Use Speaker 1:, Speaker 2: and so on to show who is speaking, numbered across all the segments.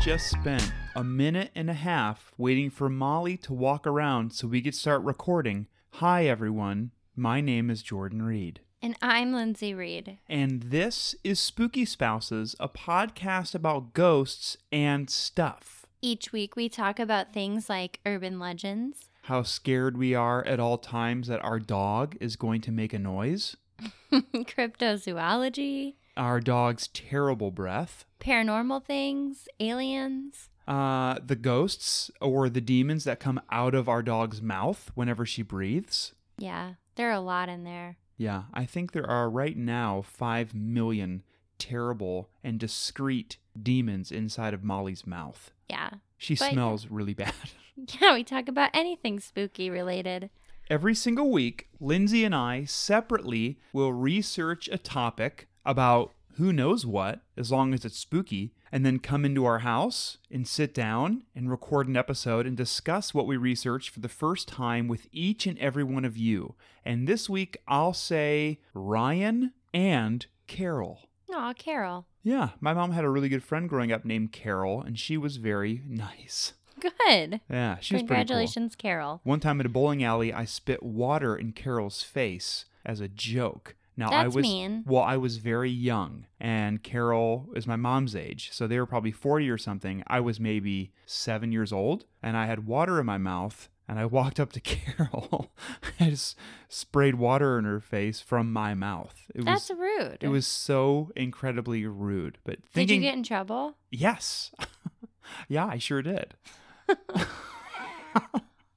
Speaker 1: just spent a minute and a half waiting for Molly to walk around so we could start recording. Hi, everyone. My name is Jordan Reed.
Speaker 2: And I'm Lindsay Reed.
Speaker 1: And this is Spooky Spouses, a podcast about ghosts and stuff.
Speaker 2: Each week we talk about things like urban legends,
Speaker 1: How scared we are at all times that our dog is going to make a noise,
Speaker 2: cryptozoology,
Speaker 1: our dog's terrible breath,
Speaker 2: paranormal things, aliens,
Speaker 1: uh, the ghosts or the demons that come out of our dog's mouth whenever she breathes.
Speaker 2: Yeah, there are a lot in there.
Speaker 1: Yeah, I think there are right now 5 million terrible and discreet demons inside of Molly's mouth.
Speaker 2: Yeah.
Speaker 1: She
Speaker 2: But-
Speaker 1: smells really bad.
Speaker 2: Yeah, we talk about anything spooky related.
Speaker 1: Every single week, Lindsay and I separately will research a topic about who knows what, as long as it's spooky, and then come into our house and sit down and record an episode and discuss what we researched for the first time with each and every one of you. And this week, I'll say Ryan and Carol.
Speaker 2: Aw, Carol.
Speaker 1: Yeah, my mom had a really good friend growing up named Carol, and she was very nice.
Speaker 2: Good.
Speaker 1: Yeah, she was pretty cool.
Speaker 2: Congratulations, Carol.
Speaker 1: One time at a bowling alley, I spit water in Carol's face as a joke. Now I
Speaker 2: That's
Speaker 1: was
Speaker 2: mean.
Speaker 1: well, I was very young, and Carol is my mom's age, so they were probably forty or something. I was maybe seven years old, and I had water in my mouth. And I walked up to Carol. I just sprayed water in her face from my mouth. It
Speaker 2: That's
Speaker 1: was
Speaker 2: rude.
Speaker 1: it was so incredibly rude. But
Speaker 2: Did you
Speaker 1: thinking,
Speaker 2: get in trouble?
Speaker 1: yes, yeah, I sure did.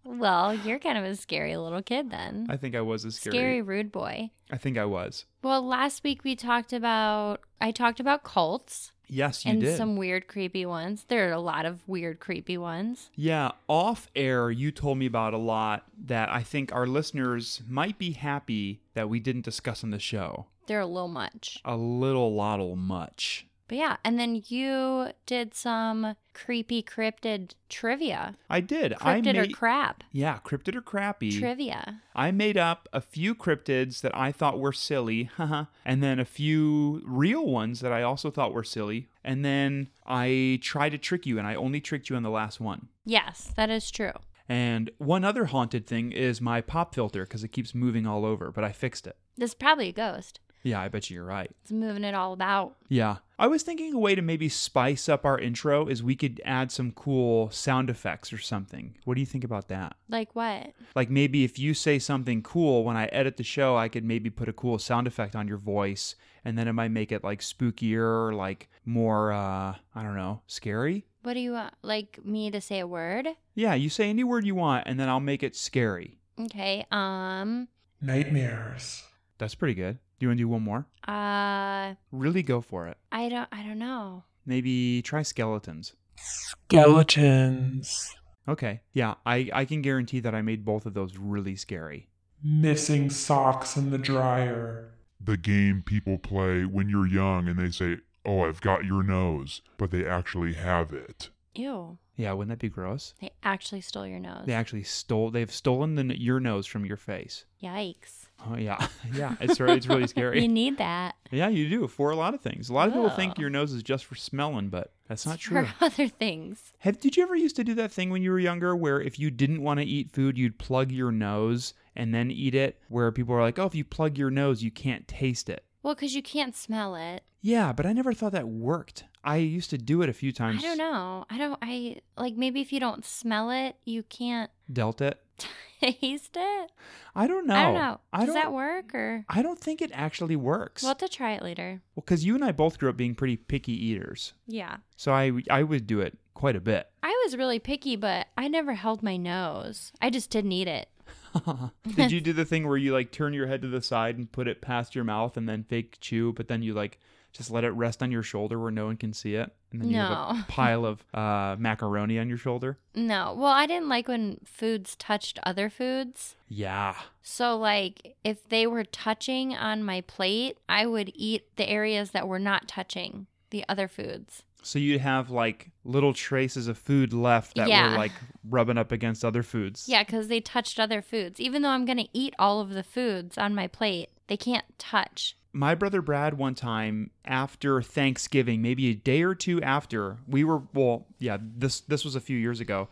Speaker 2: Well, you're kind of a scary little kid then.
Speaker 1: I think I was a
Speaker 2: scary. rude boy.
Speaker 1: I think I was.
Speaker 2: Well, last week we talked about I talked about cults
Speaker 1: Yes, you
Speaker 2: and
Speaker 1: did.
Speaker 2: some weird creepy ones. There are a lot of weird creepy ones.
Speaker 1: Yeah, off air, you told me about a lot that I think our listeners might be happy that we didn't discuss on the show.
Speaker 2: They're a little much.
Speaker 1: A little lottle much.
Speaker 2: But yeah, and then you did some creepy cryptid trivia.
Speaker 1: I did. I
Speaker 2: Cryptid
Speaker 1: made,
Speaker 2: or crap
Speaker 1: Yeah, cryptid or crappy.
Speaker 2: trivia.
Speaker 1: I made up a few cryptids that I thought were silly, haha, and then a few real ones that I also thought were silly. And then I tried to trick you, and I only tricked you on the last one.
Speaker 2: Yes, that is true.
Speaker 1: And one other haunted thing is my pop filter because it keeps moving all over, but I fixed it.
Speaker 2: This is probably a ghost.
Speaker 1: Yeah, I bet you you're right.
Speaker 2: It's moving it all about.
Speaker 1: Yeah. I was thinking a way to maybe spice up our intro is we could add some cool sound effects or something. What do you think about that?
Speaker 2: Like what?
Speaker 1: Like maybe if you say something cool when I edit the show, I could maybe put a cool sound effect on your voice and then it might make it like spookier or like more uh I don't know, scary.
Speaker 2: What do you want? Like me to say a word?
Speaker 1: Yeah, you say any word you want and then I'll make it scary.
Speaker 2: Okay. Um.
Speaker 3: Nightmares.
Speaker 1: That's pretty good. Do you want to do one more?
Speaker 2: Uh.
Speaker 1: Really go for it.
Speaker 2: I don't. I don't know.
Speaker 1: Maybe try skeletons.
Speaker 3: Skeletons.
Speaker 1: Okay. Yeah, I I can guarantee that I made both of those really scary.
Speaker 3: Missing socks in the dryer.
Speaker 4: the game people play when you're young and they say, Oh, I've got your nose, but they actually have it.
Speaker 2: Ew.
Speaker 1: Yeah, wouldn't that be gross?
Speaker 2: They actually stole your nose.
Speaker 1: They actually stole. They've stolen the, your nose from your face.
Speaker 2: Yikes.
Speaker 1: Oh yeah, yeah. It's re- it's really
Speaker 2: you
Speaker 1: scary.
Speaker 2: need that.
Speaker 1: yeah, you do for a lot of things. A lot of people think
Speaker 2: Oh.
Speaker 1: your nose is just for smelling, but that's not true.
Speaker 2: For other things.
Speaker 1: Have did you ever used to do that thing when you were younger, where if you didn't want to eat food, you'd plug your nose and then eat it? Where people are like, oh, if you plug your nose, you can't taste it.
Speaker 2: Well, because you can't smell it.
Speaker 1: Yeah, but I never thought that worked. I used to do it a few times.
Speaker 2: I don't know. I don't. I like maybe if you don't smell it, you can't
Speaker 1: Dealt it.
Speaker 2: taste it.
Speaker 1: I don't know.
Speaker 2: I don't know.
Speaker 1: I
Speaker 2: Does
Speaker 1: don't-
Speaker 2: that work or?
Speaker 1: I don't think it actually works.
Speaker 2: We'll have to try it later.
Speaker 1: Well, because you and I both grew up being pretty picky eaters,
Speaker 2: Yeah.
Speaker 1: so I I would do it quite a bit.
Speaker 2: I was really picky, but I never held my nose. I just didn't eat it.
Speaker 1: Did you do the thing where you like turn your head to the side and put it past your mouth and then fake chew, but then you like just let it rest on your shoulder where no one can see it, and then you have
Speaker 2: No.
Speaker 1: a pile of uh, macaroni on your shoulder?
Speaker 2: No. Well, I didn't like when foods touched other foods.
Speaker 1: Yeah,
Speaker 2: So, like, if they were touching on my plate, I would eat the areas that were not touching the other foods.
Speaker 1: so you'd have like little traces of food left that
Speaker 2: Yeah.
Speaker 1: were like rubbing up against other foods.
Speaker 2: Yeah, because they touched other foods. Even though I'm going to eat all of the foods on my plate, they can't touch.
Speaker 1: my brother Brad one time after Thanksgiving, maybe a day or two after, we were well, yeah, this this was a few years ago.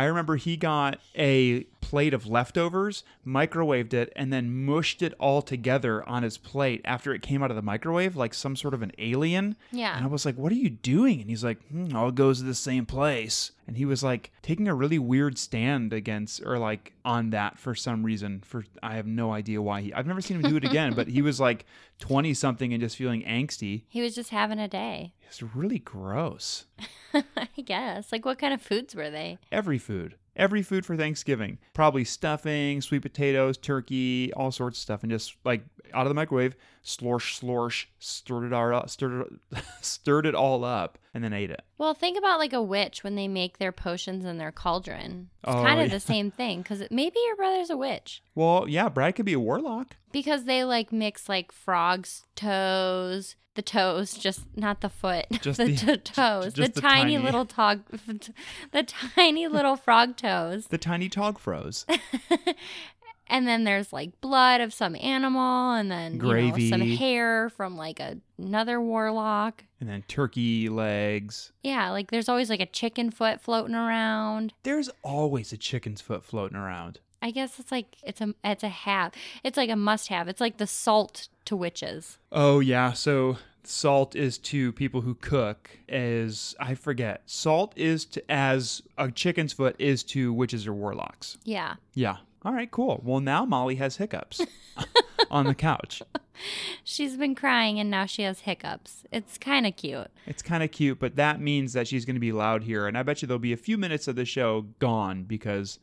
Speaker 1: I remember he got a plate of leftovers, microwaved it, and then mushed it all together on his plate after it came out of the microwave, like some sort of an alien.
Speaker 2: Yeah.
Speaker 1: And I was like, What are you doing? And he's like, hmm, All goes to the same place. And he was like taking a really weird stand against or like on that for some reason. For I have no idea why he, I've never seen him do it again, but he was like 20 something and just feeling angsty.
Speaker 2: He was just having a day.
Speaker 1: It's really gross.
Speaker 2: I guess. Like, what kind of foods were they?
Speaker 1: Every food. Every food for Thanksgiving. Probably stuffing, sweet potatoes, turkey, all sorts of stuff, and just like out of the microwave, slorsh, slorsh, stirred it all, stirred it, stirred it all up, and then ate it.
Speaker 2: Well, think about like a witch when they make their potions in their cauldron. It's
Speaker 1: Oh,
Speaker 2: kind of
Speaker 1: yeah.
Speaker 2: the same thing because maybe your brother's a witch
Speaker 1: Well, yeah, Brad could be a warlock.
Speaker 2: because they like mix like frogs' toes, the toes, just not the foot,
Speaker 1: Just
Speaker 2: the,
Speaker 1: the-
Speaker 2: to- toes,
Speaker 1: just the
Speaker 2: the, tiny,
Speaker 1: tiny-
Speaker 2: little tog, the tiny little frog toes,
Speaker 1: The tiny tog froze.
Speaker 2: and then there's like blood of some animal, and then you know, some
Speaker 1: Gravy.
Speaker 2: hair from like a, another warlock.
Speaker 1: and then turkey legs.
Speaker 2: Yeah, like there's always like a chicken foot floating around.
Speaker 1: There's always a chicken's foot floating around.
Speaker 2: I guess it's like it's a it's a have. It's like a must have. It's like the salt to witches.
Speaker 1: Oh yeah, so salt is to people who cook as I forget. Salt is to as a chicken's foot is to witches or warlocks.
Speaker 2: Yeah.
Speaker 1: Yeah. All right, cool. Well, now Molly has hiccups on the couch.
Speaker 2: She's been crying and now she has hiccups. It's kind of cute.
Speaker 1: It's kind of cute, but that means that she's going to be loud here and I bet you there'll be a few minutes of the show gone because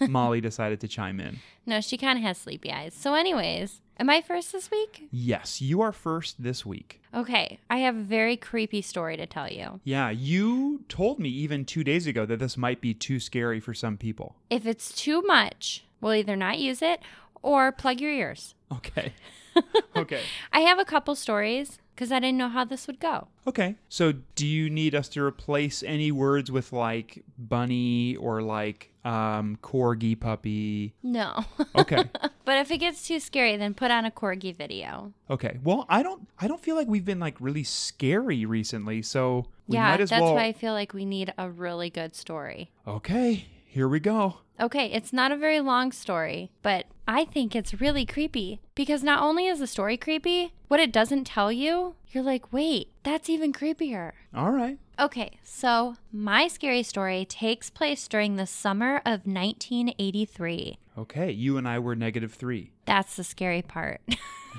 Speaker 1: Molly decided to chime in.
Speaker 2: No, she kind of has sleepy eyes. So anyways, am I first this week?
Speaker 1: Yes, you are first this week.
Speaker 2: Okay, I have a very creepy story to tell you.
Speaker 1: Yeah, you told me even 2 days ago that this might be too scary for some people.
Speaker 2: If it's too much, we'll either not use it or plug your ears.
Speaker 1: Okay. okay.
Speaker 2: I have a couple stories cuz I didn't know how this would go.
Speaker 1: Okay. So, do you need us to replace any words with like bunny or like um corgi puppy?
Speaker 2: No.
Speaker 1: Okay.
Speaker 2: but if it gets too scary, then put on a corgi video.
Speaker 1: okay. Well, I don't I don't feel like we've been like really scary recently, so we
Speaker 2: yeah,
Speaker 1: might as
Speaker 2: that's
Speaker 1: well
Speaker 2: why I feel like we need a really good story.
Speaker 1: Okay. Here we go.
Speaker 2: Okay, it's not a very long story, but I think it's really creepy because not only is the story creepy, what it doesn't tell you, you're like, wait, that's even creepier.
Speaker 1: All right.
Speaker 2: Okay, so my scary story takes place during the summer of 1983.
Speaker 1: Okay. You and I were negative 3.
Speaker 2: That's the scary part.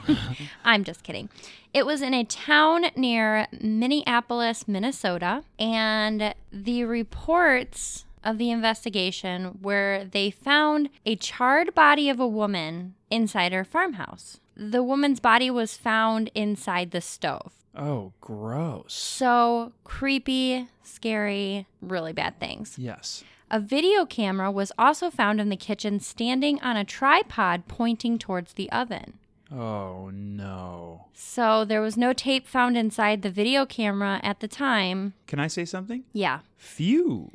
Speaker 2: I'm just kidding. It was in a town near Minneapolis, Minnesota, and the reports of the investigation where they found a charred body of a woman inside her farmhouse. The woman's body was found inside the stove.
Speaker 1: Oh, gross.
Speaker 2: So creepy, scary, really bad things.
Speaker 1: Yes.
Speaker 2: A video camera was also found in the kitchen standing on a tripod pointing towards the oven.
Speaker 1: Oh no.
Speaker 2: So there was no tape found inside the video camera at the time.
Speaker 1: Can I say something?
Speaker 2: Yeah.
Speaker 1: Phew.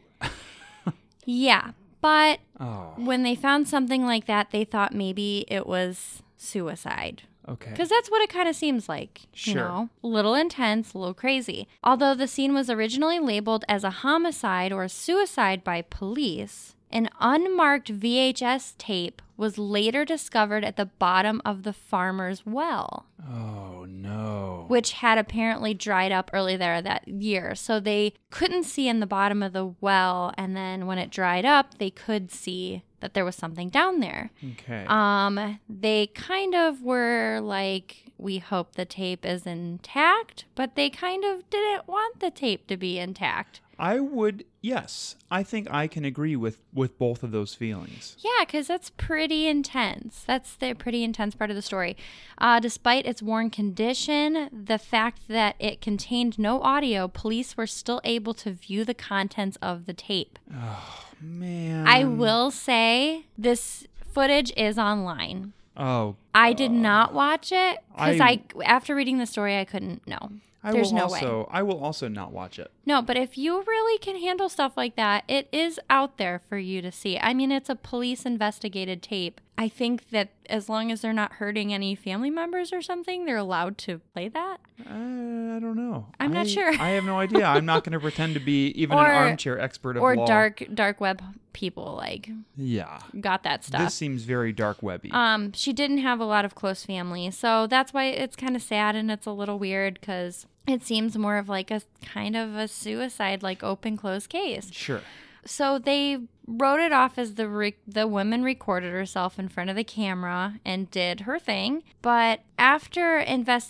Speaker 2: Yeah. But
Speaker 1: Oh.
Speaker 2: when they found something like that, they thought maybe it was suicide.
Speaker 1: Okay.
Speaker 2: Because that's what it kind of seems like. You
Speaker 1: Sure.
Speaker 2: know? Little intense, a little crazy. Although the scene was originally labeled as a homicide or a suicide by police, an unmarked VHS tape was later discovered at the bottom of the farmer's well,
Speaker 1: Oh no.
Speaker 2: which had apparently dried up early there that year. So they couldn't see in the bottom of the well. And then when it dried up, they could see that there was something down there.
Speaker 1: Okay.
Speaker 2: Um, they kind of were like, we hope the tape is intact, but they kind of didn't want the tape to be intact.
Speaker 1: I would yes. I think I can agree with with both of those feelings.
Speaker 2: Yeah, because that's pretty intense. That's the pretty intense part of the story. Uh, despite its worn condition, the fact that it contained no audio, police were still able to view the contents of the tape.
Speaker 1: Man. Mm.
Speaker 2: I will say this footage is online.
Speaker 1: Oh,
Speaker 2: I did not watch it because
Speaker 1: I-
Speaker 2: I, after reading the story, I couldn't. No,
Speaker 1: I
Speaker 2: there's
Speaker 1: will
Speaker 2: no way.
Speaker 1: also I will also not watch it.
Speaker 2: No, but if you really can handle stuff like that, it is out there for you to see. I mean, it's a police investigated tape. I think that as long as they're not hurting any family members or something, they're allowed to play that.
Speaker 1: Uh, I don't know.
Speaker 2: I'm not
Speaker 1: I-
Speaker 2: sure.
Speaker 1: I have no idea. I'm not going to pretend to be even an
Speaker 2: Or-
Speaker 1: armchair expert of
Speaker 2: Or
Speaker 1: law.
Speaker 2: dark dark web people like
Speaker 1: Yeah.
Speaker 2: got that stuff.
Speaker 1: This seems very dark webby.
Speaker 2: Um, she didn't have a lot of close family, so that's why it's kind of sad and it's a little weird because it seems more of like a kind of a suicide, like open close case.
Speaker 1: sure.
Speaker 2: So they wrote it off as the re- the woman recorded herself in front of the camera and did her thing, but after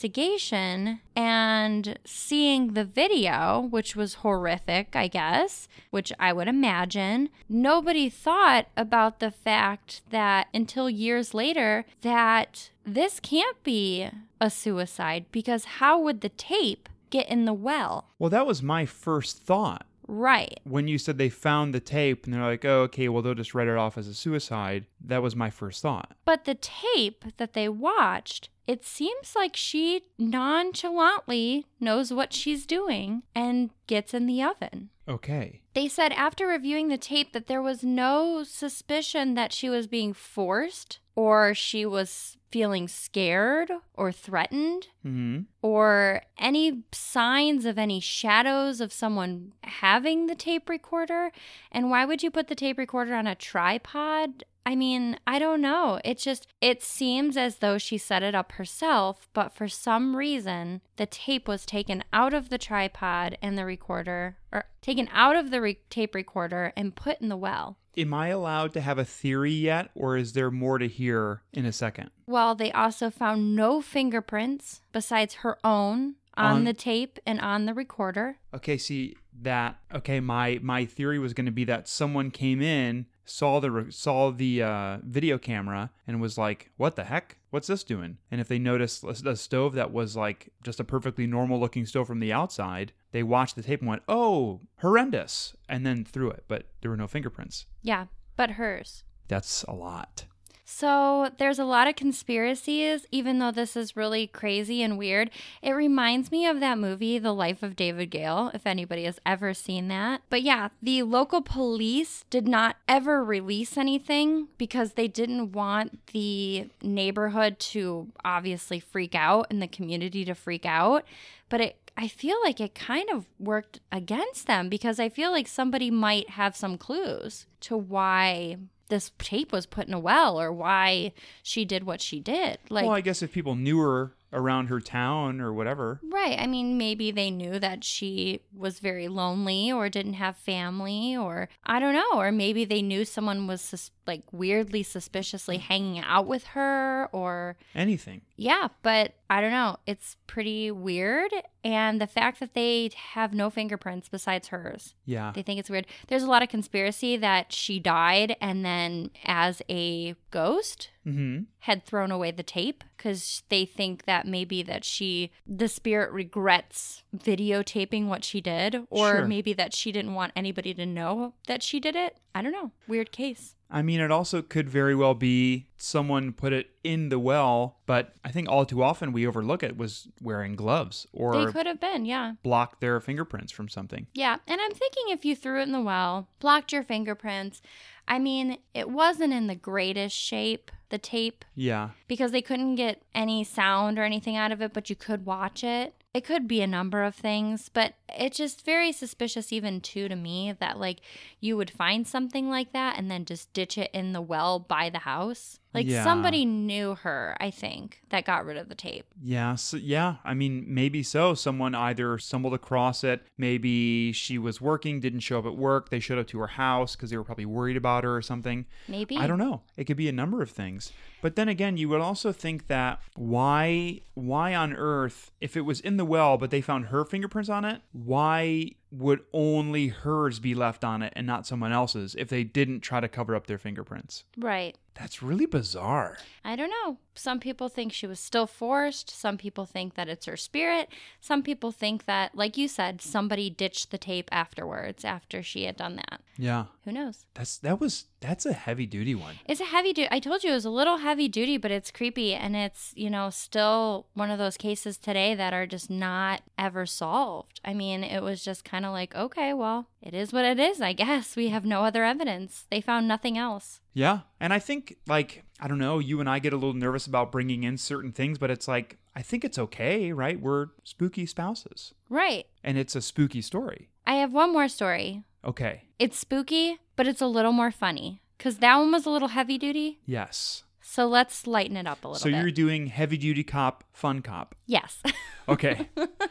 Speaker 2: investigation and seeing the video, which was horrific, I guess, which I would imagine, nobody thought about the fact that until years later that this can't be a suicide because how would the tape get in the well?
Speaker 1: Well, that was my first thought
Speaker 2: Right.
Speaker 1: when you said they found the tape and they're like, "Oh, okay, well they'll just write it off as a suicide." That was my first thought.
Speaker 2: But the tape that they watched, it seems like she nonchalantly knows what she's doing and gets in the oven.
Speaker 1: Okay.
Speaker 2: They said after reviewing the tape that there was no suspicion that she was being forced or she was feeling scared or threatened
Speaker 1: Mhm.
Speaker 2: or any signs of any shadows of someone having the tape recorder. And why would you put the tape recorder on a tripod? I mean, I don't know. It's just, it seems as though she set it up herself, but for some reason, the tape was taken out of the tripod and the recorder, or taken out of the re- tape recorder and put in the well.
Speaker 1: Am I allowed to have a theory yet or is there more to hear in a second?
Speaker 2: Well, they also found no fingerprints besides her own
Speaker 1: On-
Speaker 2: on the tape and on the recorder.
Speaker 1: Okay, see that. Okay, my my theory was going to be that someone came in, saw the re- saw the uh, video camera, and was like, "What the heck? What's this doing?" And if they noticed a, a stove that was like just a perfectly normal looking stove from the outside, they watched the tape and went, "Oh, horrendous!" and then threw it. But there were no fingerprints.
Speaker 2: Yeah, but hers.
Speaker 1: That's a lot.
Speaker 2: So there's a lot of conspiracies, even though this is really crazy and weird. It reminds me of that movie, The Life of David Gale, if anybody has ever seen that. But yeah, the local police did not ever release anything because they didn't want the neighborhood to obviously freak out and the community to freak out. But it I feel like it kind of worked against them because I feel like somebody might have some clues to why this tape was put in a well or why she did what she did. Like,
Speaker 1: well, I guess if people knew her around her town or whatever.
Speaker 2: right. I mean, maybe they knew that she was very lonely or didn't have family or I don't know. Or maybe they knew someone was sus- like weirdly suspiciously hanging out with her or
Speaker 1: Anything.
Speaker 2: yeah, but I don't know. It's pretty weird. And the fact that they have no fingerprints besides hers,
Speaker 1: Yeah.
Speaker 2: they think it's weird. There's a lot of conspiracy that she died and then, as a ghost,
Speaker 1: mm-hmm.
Speaker 2: had thrown away the tape because they think that maybe that she the spirit regrets videotaping what she did or
Speaker 1: Sure.
Speaker 2: maybe that she didn't want anybody to know that she did it i don't know weird case
Speaker 1: I mean, it also could very well be someone put it in the well, but I think all too often we overlook it was wearing gloves
Speaker 2: they
Speaker 1: or
Speaker 2: could have been yeah
Speaker 1: block their fingerprints from something.
Speaker 2: Yeah, and I'm thinking if you threw it in the well, blocked your fingerprints. I mean, it wasn't in the greatest shape, the tape,
Speaker 1: Yeah.
Speaker 2: because they couldn't get any sound or anything out of it, but you could watch it. It could be a number of things, but it's just very suspicious, even too, to me that like you would find something like that and then just ditch it in the well by the house. Like
Speaker 1: Yeah.
Speaker 2: somebody knew her, I think, that got rid of the tape.
Speaker 1: Yeah. So, yeah. I mean, maybe so. Someone either stumbled across it. Maybe she was working, didn't show up at work. They showed up to her house because they were probably worried about her or something.
Speaker 2: Maybe.
Speaker 1: I don't know. It could be a number of things. But then again, you would also think that why why on earth if it was in the well but they found her fingerprints on it, why would only hers be left on it and not someone else's if they didn't try to cover up their fingerprints.
Speaker 2: Right.
Speaker 1: That's really bizarre.
Speaker 2: I don't know. Some people think she was still forced. Some people think that it's her spirit. Some people think that, like you said, somebody ditched the tape afterwards after she had done that.
Speaker 1: Yeah.
Speaker 2: Who knows?
Speaker 1: That's that was that's a heavy duty one.
Speaker 2: It's a heavy duty. I told you it was a little heavy duty, but it's creepy. And it's, you know, still one of those cases today that are just not ever solved. I mean, it was just kind of like, okay, well, it is what it is, I guess. We have no other evidence. They found nothing else.
Speaker 1: Yeah. And I think like I don't know, you and I get a little nervous about bringing in certain things, but it's like I think it's okay, right? We're spooky spouses.
Speaker 2: Right.
Speaker 1: And it's a spooky story.
Speaker 2: I have one more story.
Speaker 1: Okay.
Speaker 2: It's spooky, but it's a little more funny because that one was a little heavy duty.
Speaker 1: Yes.
Speaker 2: So let's lighten it up a little
Speaker 1: So
Speaker 2: bit.
Speaker 1: you're doing heavy duty cop, fun cop.
Speaker 2: yes.
Speaker 1: Okay.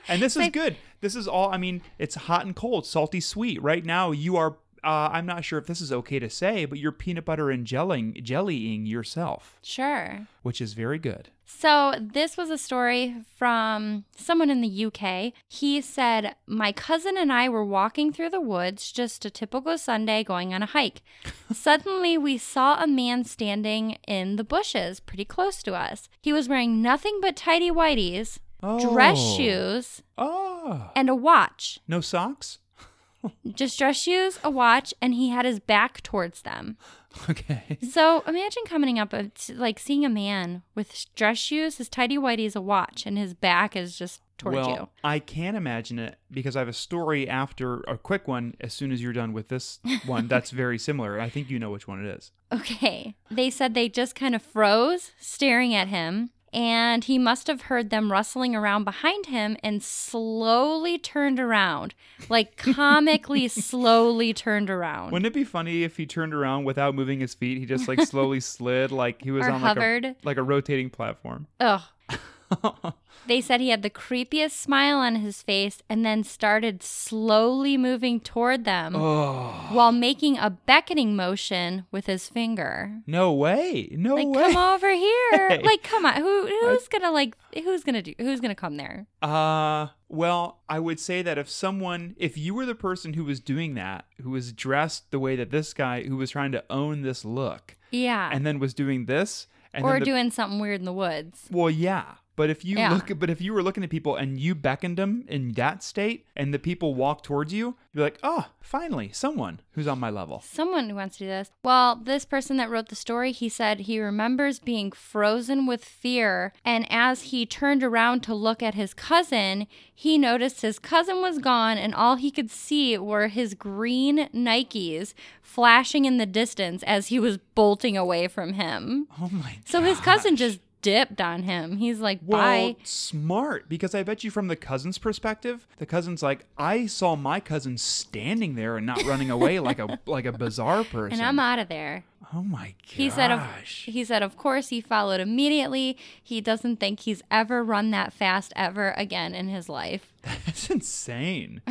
Speaker 1: and this is
Speaker 2: Like-
Speaker 1: good. This is all, I mean, it's hot and cold, salty, sweet. Right now, you are, uh, I'm not sure if this is okay to say, but you're peanut butter and jelling, jellying yourself,
Speaker 2: sure.
Speaker 1: which is very good.
Speaker 2: So, this was a story from someone in the UK. He said, My cousin and I were walking through the woods, just a typical Sunday going on a hike. Suddenly, we saw a man standing in the bushes pretty close to us. He was wearing nothing but tidy whities, dress
Speaker 1: Oh.
Speaker 2: shoes,
Speaker 1: Oh.
Speaker 2: and a watch.
Speaker 1: No socks?
Speaker 2: Just dress shoes, a watch, and he had his back towards them.
Speaker 1: Okay.
Speaker 2: So imagine coming up, uh, t- like seeing a man with dress shoes, his tidy whitey's a watch, and his back is just towards
Speaker 1: well,
Speaker 2: you.
Speaker 1: I can imagine it because I have a story after a quick one as soon as you're done with this one that's very similar. I think you know which one it is.
Speaker 2: Okay. They said they just kind of froze staring at him, and he must have heard them rustling around behind him and slowly turned around, like comically slowly turned around
Speaker 1: Wouldn't it be funny if he turned around without moving his feet? He just like slowly slid like he was
Speaker 2: or
Speaker 1: on like a,
Speaker 2: hovered.
Speaker 1: like a rotating platform.
Speaker 2: Ugh. They said he had the creepiest smile on his face and then started slowly moving toward them.
Speaker 1: oh.
Speaker 2: while making a beckoning motion with his finger.
Speaker 1: No way. No
Speaker 2: like,
Speaker 1: way.
Speaker 2: come over here.
Speaker 1: Hey.
Speaker 2: Like, come on. Who who's gonna like who's gonna do who's gonna come there?
Speaker 1: Uh well, I would say that if someone if you were the person who was doing that, who was dressed the way that this guy who was trying to own this look
Speaker 2: Yeah.
Speaker 1: and then was doing this and
Speaker 2: or
Speaker 1: then the-
Speaker 2: doing something weird in the woods.
Speaker 1: Well, yeah. But if you
Speaker 2: Yeah.
Speaker 1: look but if you were looking at people and you beckoned them in that state and the people walked towards you, you'd be like, "Oh, finally, someone who's on my level."
Speaker 2: Someone who wants to do this. Well, this person that wrote the story, he said he remembers being frozen with fear. And as he turned around to look at his cousin, he noticed his cousin was gone, and all he could see were his green Nikes flashing in the distance as he was bolting away from him.
Speaker 1: Oh my
Speaker 2: So his cousin
Speaker 1: gosh.
Speaker 2: just dipped on him. He's like,
Speaker 1: Well,
Speaker 2: bye.
Speaker 1: smart because I bet you from the cousin's perspective, the cousin's like, I saw my cousin standing there and not running away like a like a bizarre person.
Speaker 2: and I'm out of there.
Speaker 1: oh my gosh.
Speaker 2: He said, of, he said, of course, he followed immediately. He doesn't think he's ever run that fast ever again in his life.
Speaker 1: that's insane.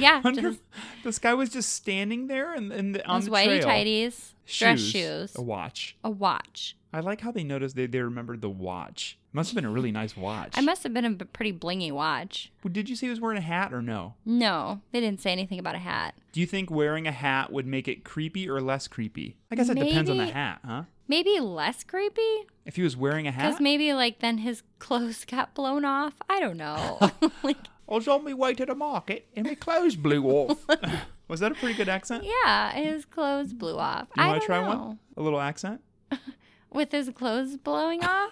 Speaker 2: Yeah,
Speaker 1: Wonder,
Speaker 2: just
Speaker 1: this guy was just standing there and, and the, on
Speaker 2: those
Speaker 1: the
Speaker 2: whitey
Speaker 1: trail.
Speaker 2: tidies, dress shoes,
Speaker 1: a watch.
Speaker 2: a watch.
Speaker 1: I like how they noticed they, they remembered the watch. Must have been a really nice watch.
Speaker 2: I must have been a b- pretty blingy watch.
Speaker 1: Did you see he was wearing a hat or no?
Speaker 2: No, they didn't say anything about a hat.
Speaker 1: Do you think wearing a hat would make it creepy or less creepy? I guess it depends on the
Speaker 2: Maybe-
Speaker 1: hat, huh?
Speaker 2: Maybe less creepy
Speaker 1: If he was wearing a hat,
Speaker 2: because maybe like then his clothes got blown off. I don't know. like,
Speaker 1: I was on my way to the market and my clothes blew off. was that a pretty good accent?
Speaker 2: yeah, his clothes blew off.
Speaker 1: You
Speaker 2: I
Speaker 1: want
Speaker 2: don't
Speaker 1: to try
Speaker 2: know.
Speaker 1: one? A little accent?
Speaker 2: with his clothes blowing off.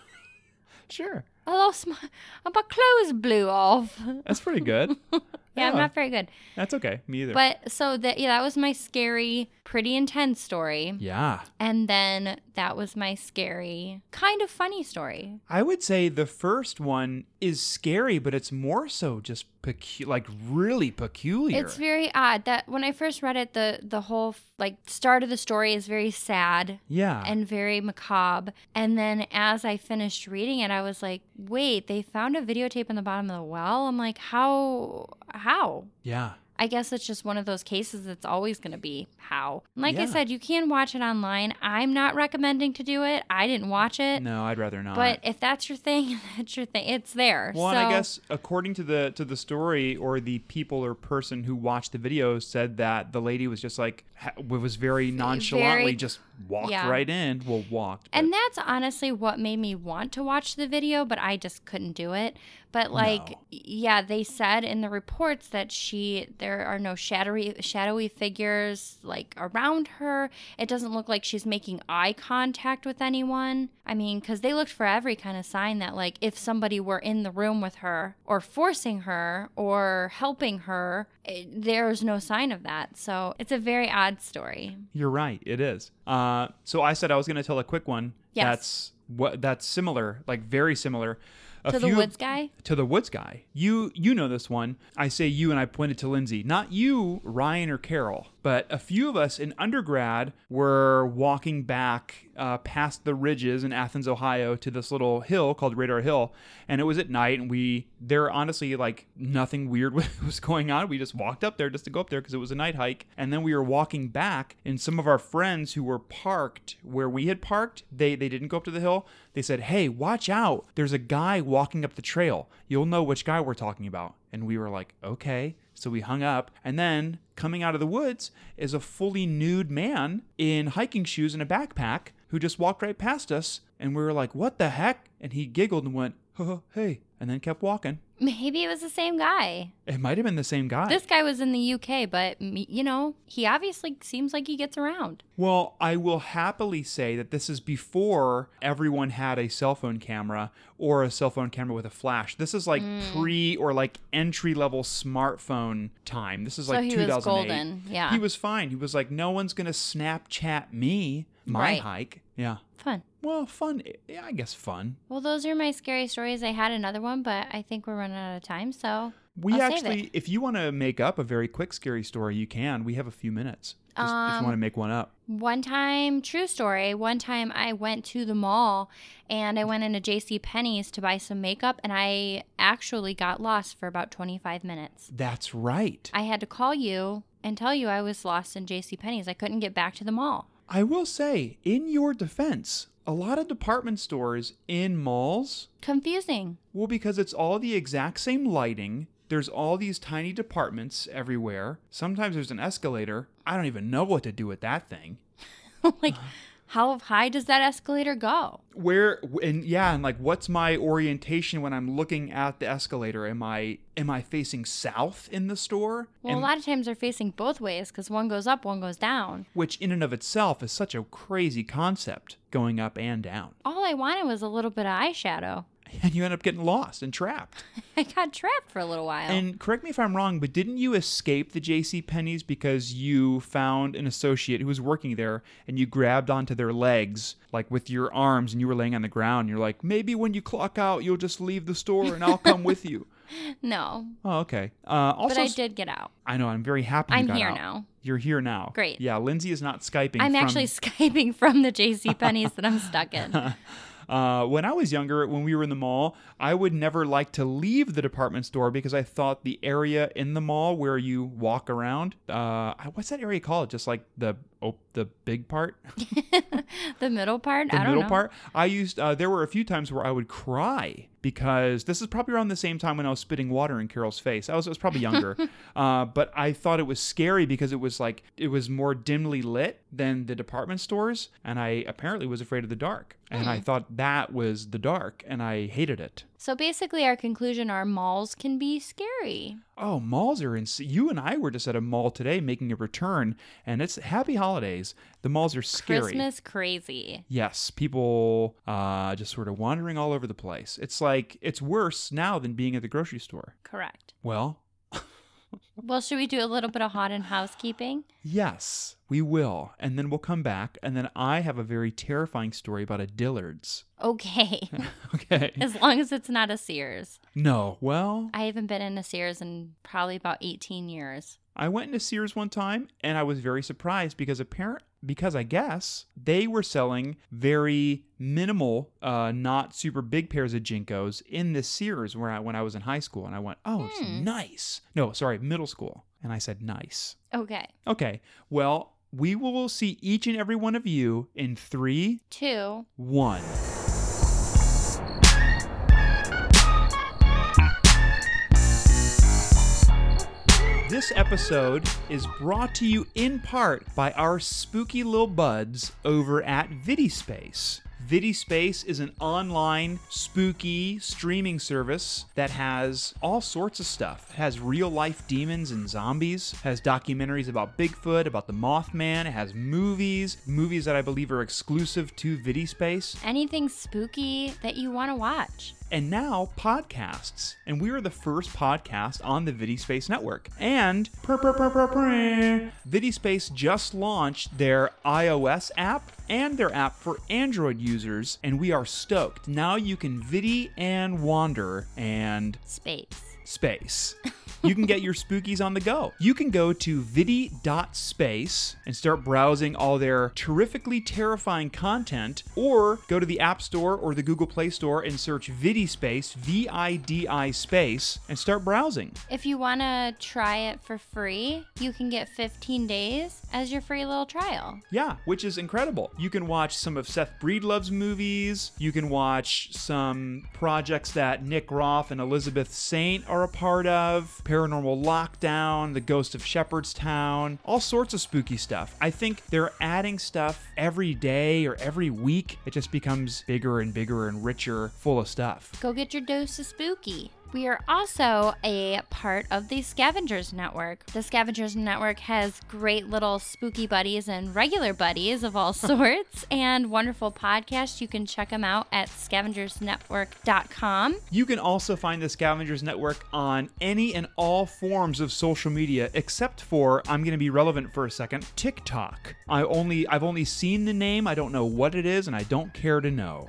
Speaker 1: Sure.
Speaker 2: I lost my my clothes blew off.
Speaker 1: That's pretty good.
Speaker 2: Yeah, I'm
Speaker 1: Yeah.
Speaker 2: not very good.
Speaker 1: That's okay. Me either.
Speaker 2: But so that yeah, that was my scary, pretty intense story.
Speaker 1: yeah.
Speaker 2: And then that was my scary, kind of funny story.
Speaker 1: I would say the first one is scary, but it's more so just pecu- like really peculiar.
Speaker 2: It's very odd that when I first read it, the the whole like start of the story is very sad
Speaker 1: yeah.
Speaker 2: and very macabre. And then as I finished reading it, I was like, wait, they found a videotape in the bottom of the well. I'm like, how? How?
Speaker 1: yeah.
Speaker 2: I guess it's just one of those cases that's always going to be how. Like I
Speaker 1: Yeah.
Speaker 2: said, you can watch it online. I'm not recommending to do it. I didn't watch it.
Speaker 1: No, I'd rather not.
Speaker 2: But if that's your thing, that's your thing. It's there.
Speaker 1: Well,
Speaker 2: so
Speaker 1: and I guess according to the to the story or the people or person who watched the video said that the lady was just like ha- was very nonchalantly just walked
Speaker 2: yeah.
Speaker 1: right in. Well, walked. but-
Speaker 2: And that's honestly what made me want to watch the video, but I just couldn't do it. But like,
Speaker 1: No.
Speaker 2: yeah, they said in the reports that she there are no shadowy shadowy figures like around her. It doesn't look like she's making eye contact with anyone. I mean, cuz they looked for every kind of sign that like if somebody were in the room with her or forcing her or helping her, it, there's no sign of that. So, it's a very odd story.
Speaker 1: You're right. It is. Uh, so I said I was going to tell a quick one.
Speaker 2: Yes.
Speaker 1: That's what. That's similar. Like very similar. A
Speaker 2: to the
Speaker 1: few-
Speaker 2: woods guy?
Speaker 1: To the woods guy. You you know this one. I say you and I pointed to Lindsay. Not you, Ryan or Carol, but a few of us in undergrad were walking back uh, past the ridges in Athens, Ohio, to this little hill called Radar Hill, and it was at night. And we there honestly like nothing weird was going on. We just walked up there just to go up there because it was a night hike. And then we were walking back, and some of our friends who were parked where we had parked, they they didn't go up to the hill. They said, "Hey, watch out! There's a guy walking up the trail. You'll know which guy we're talking about." And we were like, "Okay." So we hung up, and then coming out of the woods is a fully nude man in hiking shoes and a backpack who just walked right past us, and we were like, "What the heck?" And he giggled and went, "Huh, hey," and then kept walking.
Speaker 2: Maybe it was the same guy.
Speaker 1: It might have been the same guy.
Speaker 2: This guy was in the UK, but me- you know, he obviously seems like he gets around.
Speaker 1: Well, I will happily say that this is before everyone had a cell phone camera or a cell phone camera with a flash. This is like
Speaker 2: Mm.
Speaker 1: pre or like entry level smartphone time. This is
Speaker 2: So
Speaker 1: like
Speaker 2: he was
Speaker 1: 2008.
Speaker 2: golden, yeah.
Speaker 1: He was fine. He was like, no one's going to Snapchat me my
Speaker 2: Right.
Speaker 1: hike. Yeah.
Speaker 2: Fun.
Speaker 1: Well, fun. Yeah, I guess fun.
Speaker 2: Well, those are my scary stories. I had another one, but I think we're running out of time, so
Speaker 1: We
Speaker 2: I'll save
Speaker 1: actually,
Speaker 2: it.
Speaker 1: if you want to make up a very quick scary story, you can. We have a few minutes. Just
Speaker 2: Um,
Speaker 1: if you want to make one up.
Speaker 2: One time, true story. One time, I went to the mall and I went into J.C. Penney's to buy some makeup, and I actually got lost for about 25 minutes.
Speaker 1: That's right.
Speaker 2: I had to call you and tell you I was lost in J.C. Penney's. I couldn't get back to the mall.
Speaker 1: I will say, in your defense, a lot of department stores in malls,
Speaker 2: Confusing.
Speaker 1: well, because it's all the exact same lighting. There's all these tiny departments everywhere. Sometimes there's an escalator. I don't even know what to do with that thing.
Speaker 2: like, how high does that escalator go?
Speaker 1: Where and yeah, and like what's my orientation when I'm looking at the escalator? Am I am I facing south in the store?
Speaker 2: Well,
Speaker 1: Am-
Speaker 2: a lot of times they're facing both ways because one goes up, one goes down.
Speaker 1: which in and of itself is such a crazy concept, going up and down.
Speaker 2: All I wanted was a little bit of eyeshadow.
Speaker 1: And you end up getting lost and trapped.
Speaker 2: I got trapped for a little while.
Speaker 1: And correct me if I'm wrong, but didn't you escape the J.C. Penney's because you found an associate who was working there, and you grabbed onto their legs like with your arms, and you were laying on the ground. And you're like, maybe when you clock out, you'll just leave the store, and I'll come with you.
Speaker 2: no,
Speaker 1: Oh, okay. Uh, also,
Speaker 2: but I did get out.
Speaker 1: I know. I'm very happy. You
Speaker 2: I'm
Speaker 1: got
Speaker 2: here
Speaker 1: out.
Speaker 2: now.
Speaker 1: You're here now.
Speaker 2: Great.
Speaker 1: Yeah, Lindsay is not skyping.
Speaker 2: I'm
Speaker 1: from-
Speaker 2: actually skyping from the J.C. Penney's that I'm stuck in.
Speaker 1: Uh, when I was younger, when we were in the mall, I would never like to leave the department store because I thought the area in the mall where you walk around, uh, what's that area called? Just like the oh, the big part,
Speaker 2: the middle part.
Speaker 1: the
Speaker 2: I don't
Speaker 1: middle
Speaker 2: know.
Speaker 1: part. I used. Uh, there were a few times where I would cry because this is probably around the same time when I was spitting water in Carol's face. I was, I was probably younger, uh, but I thought it was scary because it was like it was more dimly lit than the department stores, and I apparently was afraid of the dark, and
Speaker 2: Hmm.
Speaker 1: I thought that was the dark, and I hated it.
Speaker 2: So basically, our conclusion are malls can be scary.
Speaker 1: Oh, malls are in. You and I were just at a mall today making a return, and it's happy holidays. The malls are scary.
Speaker 2: Christmas crazy.
Speaker 1: Yes, people uh, just sort of wandering all over the place. It's like it's worse now than being at the grocery store.
Speaker 2: Correct.
Speaker 1: Well,
Speaker 2: Well, should we do a little bit of hot and housekeeping?
Speaker 1: yes, we will, and then we'll come back, and then I have a very terrifying story about a Dillard's.
Speaker 2: Okay.
Speaker 1: Okay.
Speaker 2: as long as it's not a Sears.
Speaker 1: No. Well,
Speaker 2: I haven't been in a Sears in probably about 18 years.
Speaker 1: I went into Sears one time, and I was very surprised because apparent because I guess they were selling very minimal, uh, not super big pairs of Jinkos in the Sears where I when I was in high school, and I went, oh, it's nice. No, sorry, middle school. And I said, nice.
Speaker 2: Okay.
Speaker 1: Okay, well, we will see each and every one of you in three,
Speaker 2: Two.
Speaker 1: one. This episode is brought to you in part by our spooky little buds over at VidiSpace. VidiSpace is an online spooky streaming service that has all sorts of stuff. It has real life demons and zombies, has documentaries about Bigfoot, about the Mothman, it has movies, movies that I believe are exclusive to VidiSpace
Speaker 2: Anything spooky that you want to watch.
Speaker 1: and now podcasts. And we are the first podcast on the VidiSpace network. And purr, purr, purr, purr, purr, VidiSpace just launched their iOS app and their app for Android users, and we are stoked. Now you can Vidi and Wander and
Speaker 2: Space.
Speaker 1: space. You can get your spookies on the go. You can go to vidi.space and start browsing all their terrifically terrifying content, or go to the App Store or the Google Play Store and search Vidi Space, V I D I Space, and start browsing.
Speaker 2: If you want to try it for free, you can get 15 days as your free little trial.
Speaker 1: Yeah, which is incredible. You can watch some of Seth Breedlove's movies. You can watch some projects that Nick Roth and Elizabeth Saint are a part of Paranormal Lockdown, The Ghost of Shepherdstown, all sorts of spooky stuff. I think they're adding stuff every day or every week. It just becomes bigger and bigger and richer, full of stuff.
Speaker 2: Go get your dose of spooky. We are also a part of the Scavengers Network. The Scavengers Network has great little spooky buddies and regular buddies of all sorts and wonderful podcasts. You can check them out at scavengersnetwork.com.
Speaker 1: You can also find the Scavengers Network on any and all forms of social media except for I'm going to be relevant for a second, TikTok. I only I've only seen the name, I don't know what it is and I don't care to know.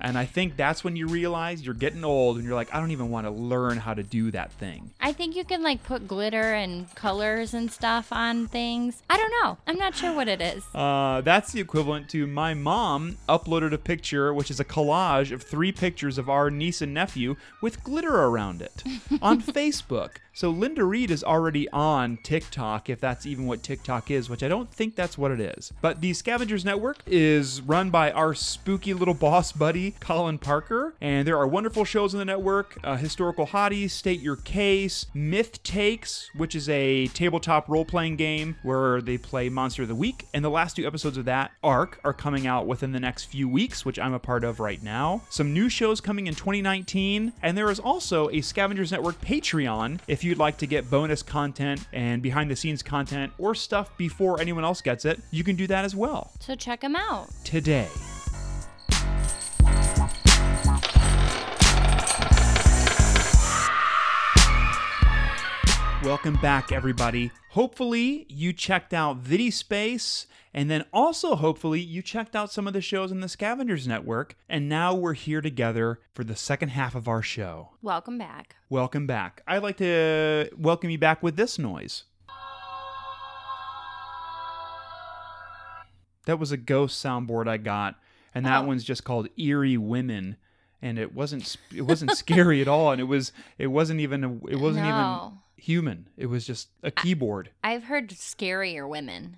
Speaker 1: and I think that's when you realize you're getting old and you're like I don't even want to learn how to do that thing.
Speaker 2: I think you can like put glitter and colors and stuff on things. I don't know. I'm not sure what it is.
Speaker 1: Uh, that's the equivalent to my mom uploaded a picture, which is a collage of three pictures of our niece and nephew with glitter around it on Facebook. So Linda Reed is already on TikTok, if that's even what TikTok is, which I don't think that's what it is. But the Scavengers Network is run by our spooky little boss buddy, Colin Parker. And there are wonderful shows on the network uh, Historical Hotties, State Your Case, Myth Takes, which is a tabletop role playing game where they play Monster of the Week. And the last two episodes of that arc are coming out within the next few weeks, which I'm a part of right now. Some new shows coming in 2019. And there is also a Scavengers Network Patreon if you'd like to get bonus content and behind the scenes content or stuff before anyone else gets it. You can do that as well
Speaker 2: So check them out.
Speaker 1: today. Welcome back, everybody. Hopefully, you checked out VidiSpace, and then also hopefully you checked out some of the shows in the Scavengers Network. And now we're here together for the second half of our show.
Speaker 2: Welcome back.
Speaker 1: Welcome back. I'd like to welcome you back with this noise. That was a ghost soundboard I got, and that
Speaker 2: Oh.
Speaker 1: one's just called "Eerie Women," and it wasn't sp- it wasn't scary at all, and it was it wasn't even a, it wasn't
Speaker 2: No.
Speaker 1: even human. It was just a keyboard.
Speaker 2: I've heard scarier women.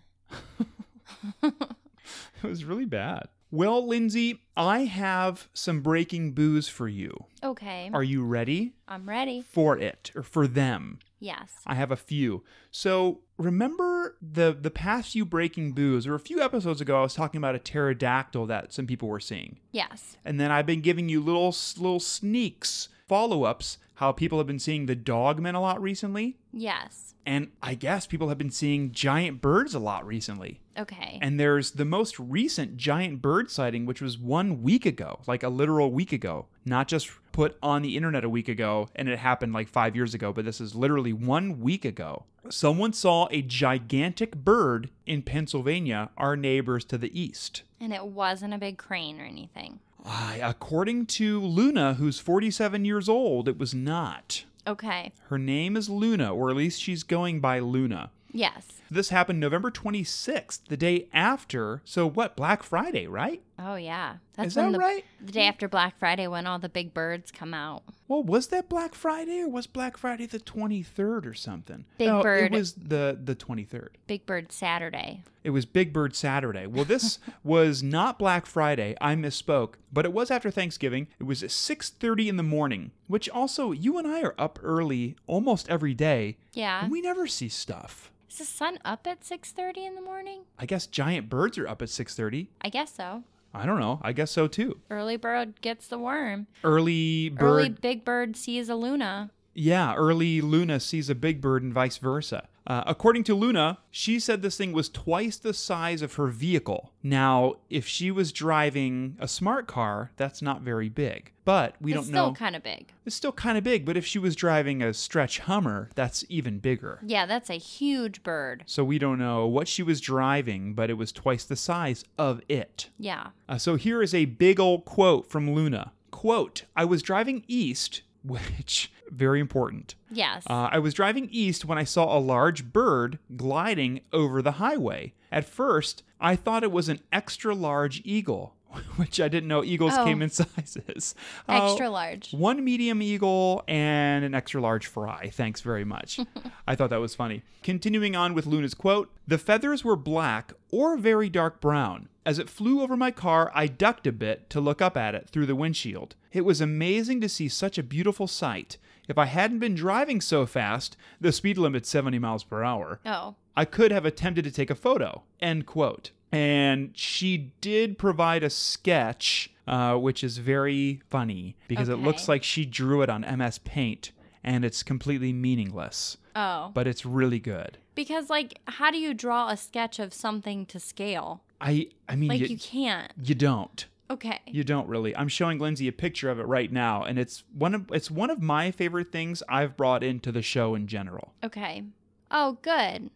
Speaker 1: It was really bad. Well, Lindsay, I have some breaking booze for you.
Speaker 2: Okay.
Speaker 1: Are you ready
Speaker 2: I'm ready.
Speaker 1: for it or for them?
Speaker 2: Yes.
Speaker 1: I have a few. So remember the the past few breaking booze, or a few episodes ago, I was talking about a pterodactyl that some people were seeing,
Speaker 2: Yes.
Speaker 1: and then I've been giving you little s- little sneaks, follow ups, how people have been seeing the dogmen a lot recently,
Speaker 2: Yes.
Speaker 1: and I guess people have been seeing giant birds a lot recently.
Speaker 2: Okay.
Speaker 1: And there's the most recent giant bird sighting, which was one week ago, like a literal week ago, not just put on the internet a week ago and it happened like five years ago, but this is literally one week ago. Someone saw a gigantic bird in Pennsylvania, our neighbors to the east.
Speaker 2: And it wasn't a big crane or anything.
Speaker 1: I, according to Luna, who's 47 years old, it was not.
Speaker 2: Okay.
Speaker 1: Her name is Luna, or at least she's going by Luna.
Speaker 2: Yes.
Speaker 1: This happened November 26th, the day after. So, what, Black Friday, right?
Speaker 2: Oh yeah. That's
Speaker 1: Is
Speaker 2: when
Speaker 1: that
Speaker 2: the,
Speaker 1: right?
Speaker 2: The day after Black Friday when all the big birds come out.
Speaker 1: Well, was that Black Friday or was Black Friday the 23rd or something?
Speaker 2: Big
Speaker 1: no,
Speaker 2: Bird.
Speaker 1: It was the, the 23rd.
Speaker 2: Big Bird Saturday.
Speaker 1: It was Big Bird Saturday. Well, this was not Black Friday. I misspoke, but it was after Thanksgiving. It was 6:30 in the morning, which also you and I are up early almost every day.
Speaker 2: Yeah.
Speaker 1: And we never see stuff.
Speaker 2: Is the sun up at 6:30 in the morning?
Speaker 1: I guess giant birds are up at 6:30.
Speaker 2: I guess so.
Speaker 1: I don't know. I guess so too.
Speaker 2: Early bird gets the worm.
Speaker 1: Early bird
Speaker 2: Early big bird sees a Luna.
Speaker 1: Yeah, early Luna sees a big bird and vice versa. Uh, according to Luna, she said this thing was twice the size of her vehicle. Now, if she was driving a smart car, that's not very big. But we
Speaker 2: it's
Speaker 1: don't
Speaker 2: still
Speaker 1: know.
Speaker 2: kind of big.
Speaker 1: it's still kind of big, but if she was driving a stretch Hummer, that's even bigger.
Speaker 2: Yeah, that's a huge bird.
Speaker 1: So we don't know what she was driving, but it was twice the size of it.
Speaker 2: Yeah.
Speaker 1: Uh, so here is a big old quote from Luna. Quote, I was driving east, which, very important.
Speaker 2: Yes.
Speaker 1: Uh, I was driving east when I saw a large bird gliding over the highway. At first, I thought it was an extra large eagle, which I didn't know eagles
Speaker 2: Oh.
Speaker 1: came in sizes. Uh,
Speaker 2: Extra large.
Speaker 1: One medium eagle and an extra large fry. Thanks very much. I thought that was funny. Continuing on with Luna's quote The feathers were black or very dark brown. As it flew over my car, I ducked a bit to look up at it through the windshield. It was amazing to see such a beautiful sight. If I hadn't been driving so fast, the speed limit's 70 miles per hour,
Speaker 2: Oh.
Speaker 1: I could have attempted to take a photo. End quote. And she did provide a sketch, uh, which is very funny because it looks
Speaker 2: Okay.
Speaker 1: like she drew it on MS Paint and it's completely meaningless,
Speaker 2: Oh.
Speaker 1: but it's really good.
Speaker 2: Because like how do you draw a sketch of something to scale?
Speaker 1: I, I mean,
Speaker 2: Like
Speaker 1: you,
Speaker 2: you can't.
Speaker 1: you don't.
Speaker 2: Okay.
Speaker 1: You don't really. I'm showing Lindsay a picture of it right now, and it's one of it's one of my favorite things I've brought into the show in general.
Speaker 2: Okay. Oh, good.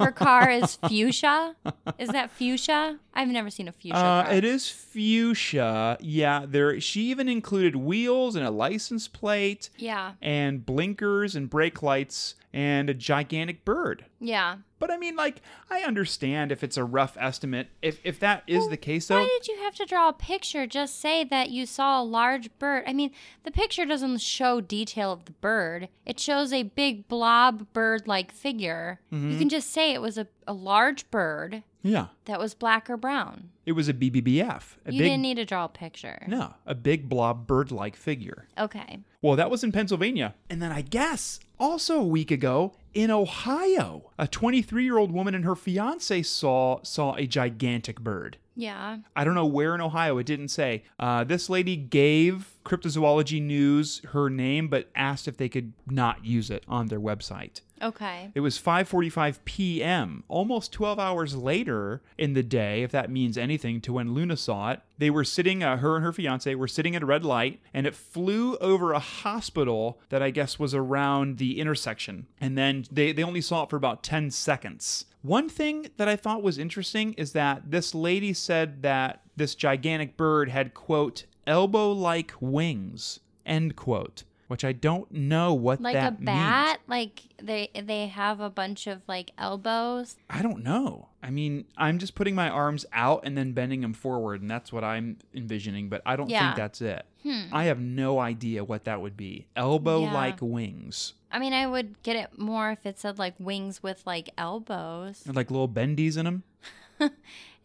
Speaker 2: Her car is fuchsia. Is that fuchsia? I've never seen a fuchsia.
Speaker 1: Uh,
Speaker 2: car.
Speaker 1: it is fuchsia. Yeah, there. She even included wheels and a license plate.
Speaker 2: Yeah.
Speaker 1: and blinkers and brake lights and a gigantic bird.
Speaker 2: Yeah.
Speaker 1: But I mean, like, I understand if it's a rough estimate. If if that is the case, though,
Speaker 2: Why did you have to draw a picture? Just say that you saw a large bird. I mean, the picture doesn't show detail of the bird. It shows a big blob bird-like figure.
Speaker 1: Mm-hmm.
Speaker 2: You can just say it was a, a large bird
Speaker 1: yeah,
Speaker 2: that was black or brown.
Speaker 1: it was a BBBF, a
Speaker 2: you
Speaker 1: big
Speaker 2: didn't e- need to draw a picture.
Speaker 1: no, a big blob bird-like figure.
Speaker 2: Okay.
Speaker 1: Well, that was in Pennsylvania, and then I guess also a week ago in Ohio, a 23-year-old woman and her fiance saw saw a gigantic bird.
Speaker 2: Yeah.
Speaker 1: I don't know where in Ohio, it didn't say. Uh, this lady gave Cryptozoology News her name, but asked if they could not use it on their website.
Speaker 2: Okay.
Speaker 1: It was 5:45 p.m., almost 12 hours later in the day, if that means anything to when Luna saw it. They were sitting, uh, her and her fiance were sitting at a red light, and it flew over a hospital that I guess was around the intersection. And then they they only saw it for about 10 seconds. One thing that I thought was interesting is that this lady said that this gigantic bird had quote elbow-like wings end quote, which I don't know what
Speaker 2: Like
Speaker 1: that
Speaker 2: a
Speaker 1: means.
Speaker 2: bat, like they they have a bunch of like elbows.
Speaker 1: I don't know. I mean, I'm just putting my arms out and then bending them forward, and that's what I'm envisioning, but I don't
Speaker 2: Yeah. Hmm.
Speaker 1: think that's it. I have no idea what that would be. Elbow like wings,
Speaker 2: I mean, I would get it more if it said like wings with like elbows.
Speaker 1: And, like little bendies in them.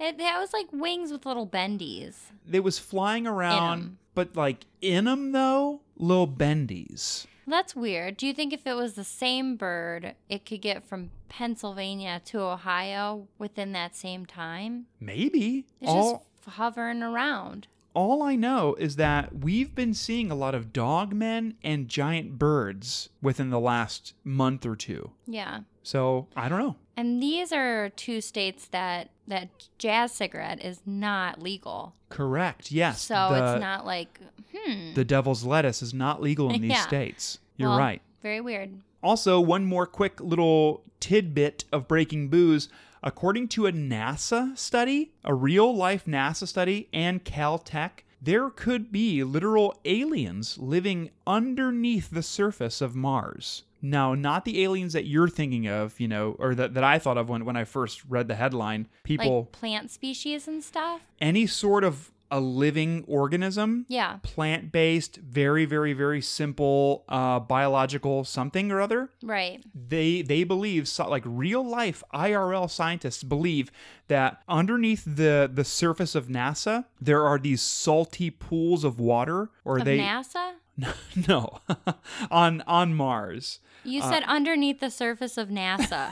Speaker 2: It, that was like wings with little bendies.
Speaker 1: They was flying around,
Speaker 2: 'em.
Speaker 1: but like in them, though, little bendies.
Speaker 2: That's weird. Do you think if it was the same bird, it could get from Pennsylvania to Ohio within that same time?
Speaker 1: Maybe.
Speaker 2: It's
Speaker 1: all,
Speaker 2: just f- hovering around.
Speaker 1: all I know is that we've been seeing a lot of dogmen and giant birds within the last month or two.
Speaker 2: Yeah.
Speaker 1: So I don't know.
Speaker 2: And these are two states that that jazz cigarette is not legal.
Speaker 1: Correct. Yes.
Speaker 2: So
Speaker 1: the-
Speaker 2: it's not like hmm.
Speaker 1: the devil's lettuce is not legal in these
Speaker 2: Yeah.
Speaker 1: states. You're
Speaker 2: Well,
Speaker 1: right.
Speaker 2: Very weird.
Speaker 1: Also, one more quick little tidbit of breaking booze. According to a NASA study, a real life NASA study, and Caltech, there could be literal aliens living underneath the surface of Mars. Now, not the aliens that you're thinking of, you know, or that, that I thought of when, when I first read the headline. People
Speaker 2: Like plant species and stuff.
Speaker 1: any sort of a living organism.
Speaker 2: Yeah.
Speaker 1: Plant based, very, very, very simple uh, biological something or other.
Speaker 2: Right.
Speaker 1: They they believe so- like real life IRL scientists believe that underneath the the surface of NASA there are these salty pools of water or
Speaker 2: of
Speaker 1: they
Speaker 2: NASA?
Speaker 1: no on on Mars.
Speaker 2: You said underneath the surface of NASA.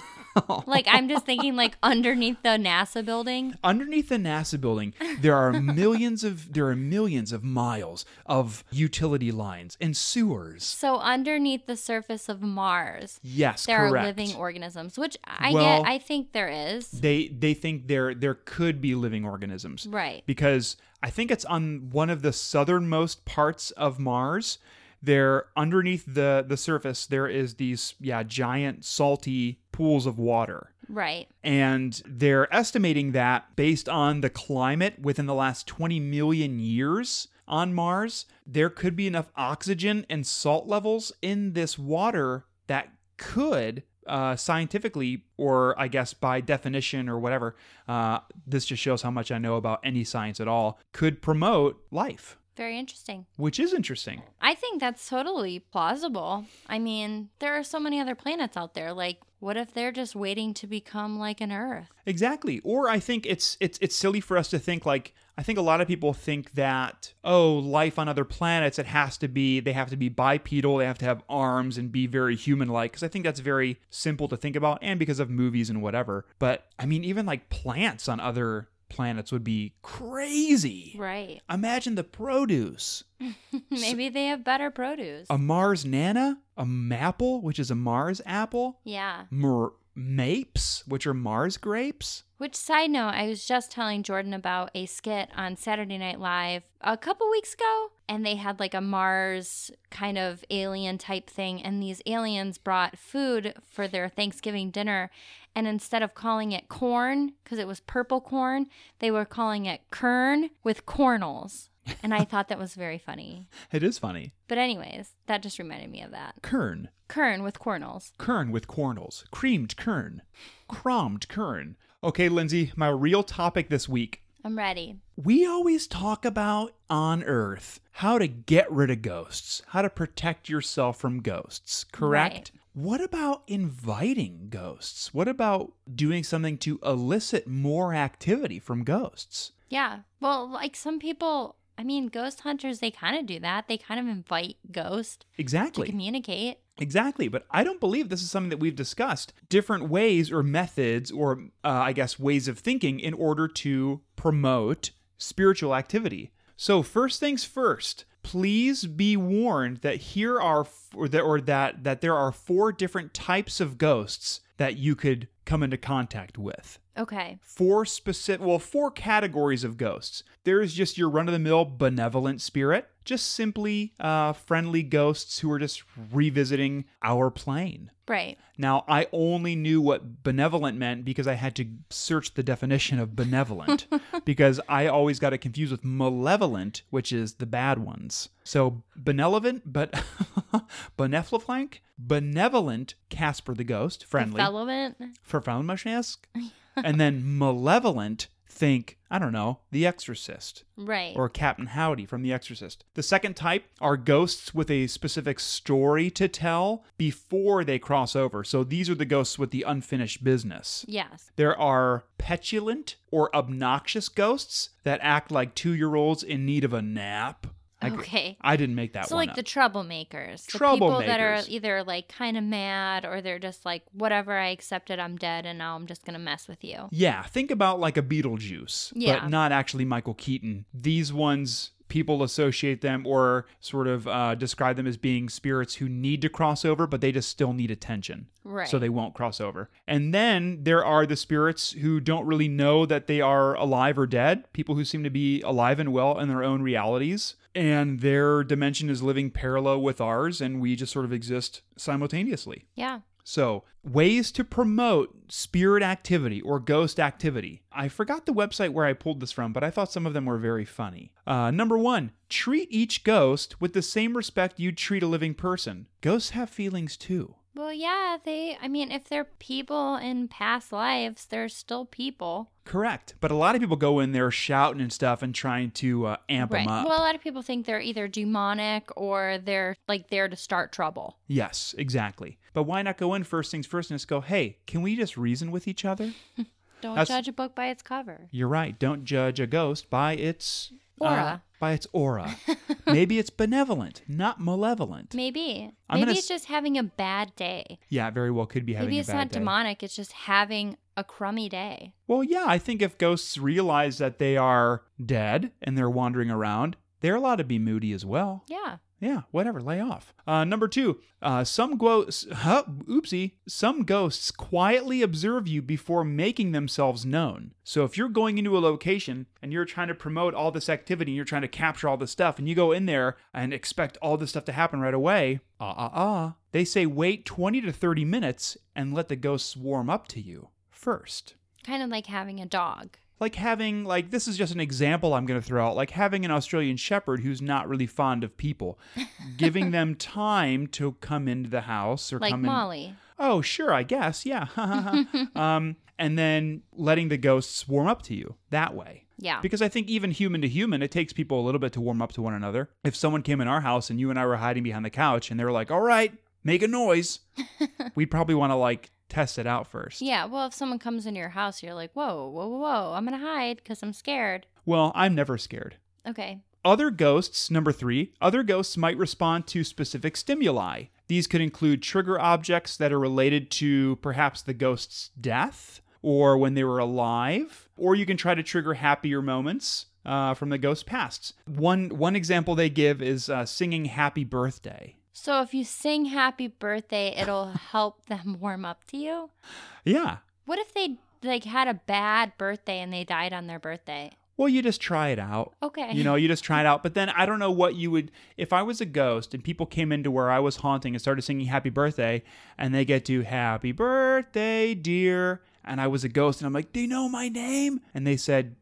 Speaker 2: like I'm just thinking like underneath the NASA building.
Speaker 1: underneath the NASA building, there are millions of there are millions of miles of utility lines and sewers.
Speaker 2: So underneath the surface of Mars,
Speaker 1: Yes,
Speaker 2: there
Speaker 1: correct.
Speaker 2: are living organisms, which I
Speaker 1: Well-
Speaker 2: get. I think there is.
Speaker 1: they they think there there could be living organisms.
Speaker 2: Right.
Speaker 1: Because I think it's on one of the southernmost parts of Mars. There underneath the the surface there is these yeah giant salty pools of water.
Speaker 2: Right.
Speaker 1: And they're estimating that based on the climate within the last 20 million years on Mars, there could be enough oxygen and salt levels in this water that could. Uh, scientifically, or I guess by definition or whatever, uh, this just shows how much I know about any science at all, could promote life,
Speaker 2: Very interesting.
Speaker 1: which is interesting.
Speaker 2: I think that's totally plausible. I mean, there are so many other planets out there. Like, what if they're just waiting to become like an Earth?
Speaker 1: Exactly. Or I think it's it's it's silly for us to think like I think a lot of people think that oh, life on other planets it has to be they have to be bipedal, they have to have arms and be very human-like because I think that's very simple to think about and because of movies and whatever. But I mean even like plants on other planets would be crazy.
Speaker 2: Right.
Speaker 1: Imagine the produce.
Speaker 2: Maybe they have better produce.
Speaker 1: A Mars nana, a maple, which is a Mars apple,
Speaker 2: yeah.
Speaker 1: mer- mapes, which are Mars grapes.
Speaker 2: Which side note, I was just telling Jordan about a skit on Saturday Night Live a couple weeks ago, and they had like a Mars kind of alien type thing, and these aliens brought food for their Thanksgiving dinner, and instead of calling it corn because it was purple corn, they were calling it kern with cornels, and I thought that was very funny.
Speaker 1: It is funny.
Speaker 2: But anyways, that just reminded me of that
Speaker 1: Kern.
Speaker 2: kern with cornels.
Speaker 1: Kern with cornels, creamed kern, crommed kern. Okay, Lindsay, my real topic this week.
Speaker 2: I'm ready.
Speaker 1: We always talk about on Earth how to get rid of ghosts, how to protect yourself from ghosts, correct? What about inviting ghosts? What about doing something to elicit more activity from ghosts?
Speaker 2: Yeah. Well, like some people, I mean, ghost hunters, they kind of do that. They kind of invite ghosts to
Speaker 1: Exactly.
Speaker 2: communicate.
Speaker 1: Exactly, but I don't believe this is something that we've discussed. Different ways or methods, or uh, I guess ways of thinking, in order to promote spiritual activity. So first things first. Please be warned that here are f- or that, or that that there are four different types of ghosts that you could come into contact with.
Speaker 2: Okay.
Speaker 1: Four specific, well, four categories of ghosts. There's just your run of the mill benevolent spirit, just simply uh, friendly ghosts who are just revisiting our plane.
Speaker 2: Right.
Speaker 1: Now, I only knew what benevolent meant because I had to search the definition of benevolent because I always got it confused with malevolent, which is the bad ones. So, benevolent, but beneflank, benevolent, Casper the ghost, friendly
Speaker 2: Development.
Speaker 1: for Verfalmachesque, and then malevolent think I don't know The Exorcist
Speaker 2: Right.
Speaker 1: or Captain Howdy from The Exorcist. The second type are ghosts with a specific story to tell before they cross over. So these are the ghosts with the unfinished business.
Speaker 2: yes.
Speaker 1: There are petulant or obnoxious ghosts that act like two-year-olds in need of a nap. I,
Speaker 2: Okay.
Speaker 1: I didn't make that
Speaker 2: so,
Speaker 1: one
Speaker 2: like
Speaker 1: up.
Speaker 2: the troublemakers, the people that are
Speaker 1: Troublemakers.
Speaker 2: either like kind of mad or they're just like, whatever, I accepted, I'm dead, and now I'm just going to mess with you.
Speaker 1: Yeah, think about like a Beetlejuice,
Speaker 2: Yeah.
Speaker 1: but not actually Michael Keaton. These ones, people associate them or sort of uh, describe them as being spirits who need to cross over, but they just still need attention.
Speaker 2: Right.
Speaker 1: So they won't cross over. And then there are the spirits who don't really know that they are alive or dead, people who seem to be alive and well in their own realities. And their dimension is living parallel with ours, and we just sort of exist simultaneously.
Speaker 2: Yeah.
Speaker 1: So, ways to promote spirit activity or ghost activity. I forgot the website where I pulled this from, but I thought some of them were very funny. Uh, number one, treat each ghost with the same respect you'd treat a living person. Ghosts have feelings too.
Speaker 2: Well, yeah, they, I mean, if they're people in past lives, they're still people.
Speaker 1: Correct. But a lot of people go in there shouting and stuff and trying to uh, amp them up.
Speaker 2: Well, a lot of people think they're either demonic or they're like there to start trouble.
Speaker 1: yes, exactly. But why not go in first things first and just go, hey, can we just reason with each other?
Speaker 2: Don't
Speaker 1: That's-
Speaker 2: judge a book by its cover.
Speaker 1: You're right. Don't judge a ghost by its uh,
Speaker 2: Aura.
Speaker 1: by its aura. Maybe it's benevolent, not malevolent.
Speaker 2: Maybe.
Speaker 1: I'm
Speaker 2: Maybe
Speaker 1: gonna
Speaker 2: it's just having a bad day.
Speaker 1: Yeah, it very well could be having
Speaker 2: Maybe
Speaker 1: a
Speaker 2: it's
Speaker 1: bad
Speaker 2: not
Speaker 1: day.
Speaker 2: demonic. It's just having a crummy day.
Speaker 1: Well, yeah, I think if ghosts realize that they are dead and they're wandering around, they're allowed to be moody as well.
Speaker 2: Yeah.
Speaker 1: Yeah, whatever, lay off. Uh, number two, uh, some ghosts, huh, oopsie, some ghosts quietly observe you before making themselves known. So if you're going into a location and you're trying to promote all this activity and you're trying to capture all this stuff and you go in there and expect all this stuff to happen right away, ah, ah, ah, they say wait 20 to 30 minutes and let the ghosts warm up to you first
Speaker 2: Kind of like having a dog.
Speaker 1: like having like this is just an example i'm going to throw out like having an australian shepherd who's not really fond of people giving them time to come into the house or
Speaker 2: like
Speaker 1: come
Speaker 2: Molly.
Speaker 1: in oh sure i guess yeah um and then letting the ghosts warm up to you that way
Speaker 2: Yeah.
Speaker 1: because I think even human to human, it takes people a little bit to warm up to one another. If someone came in our house and you and I were hiding behind the couch and they were like, all right, make a noise, we'd probably want to like test it out first.
Speaker 2: yeah. Well, if someone comes into your house, you're like, whoa, whoa, whoa, whoa. I'm going to hide because I'm scared.
Speaker 1: Well, I'm never scared.
Speaker 2: Okay.
Speaker 1: Other ghosts, number three, other ghosts might respond to specific stimuli. These could include trigger objects that are related to perhaps the ghost's death or when they were alive, or you can try to trigger happier moments uh, from the ghost's past. One, one example they give is uh, singing Happy Birthday.
Speaker 2: So if you sing happy birthday, it'll help them warm up to you.
Speaker 1: Yeah.
Speaker 2: What if they like had a bad birthday and they died on their birthday?
Speaker 1: Well, you just try it out.
Speaker 2: Okay.
Speaker 1: You know, you just try it out. But then I don't know what you would if I was a ghost and people came into where I was haunting and started singing happy birthday and they get to happy birthday, dear. And I was a ghost and I'm like, they know my name. And they said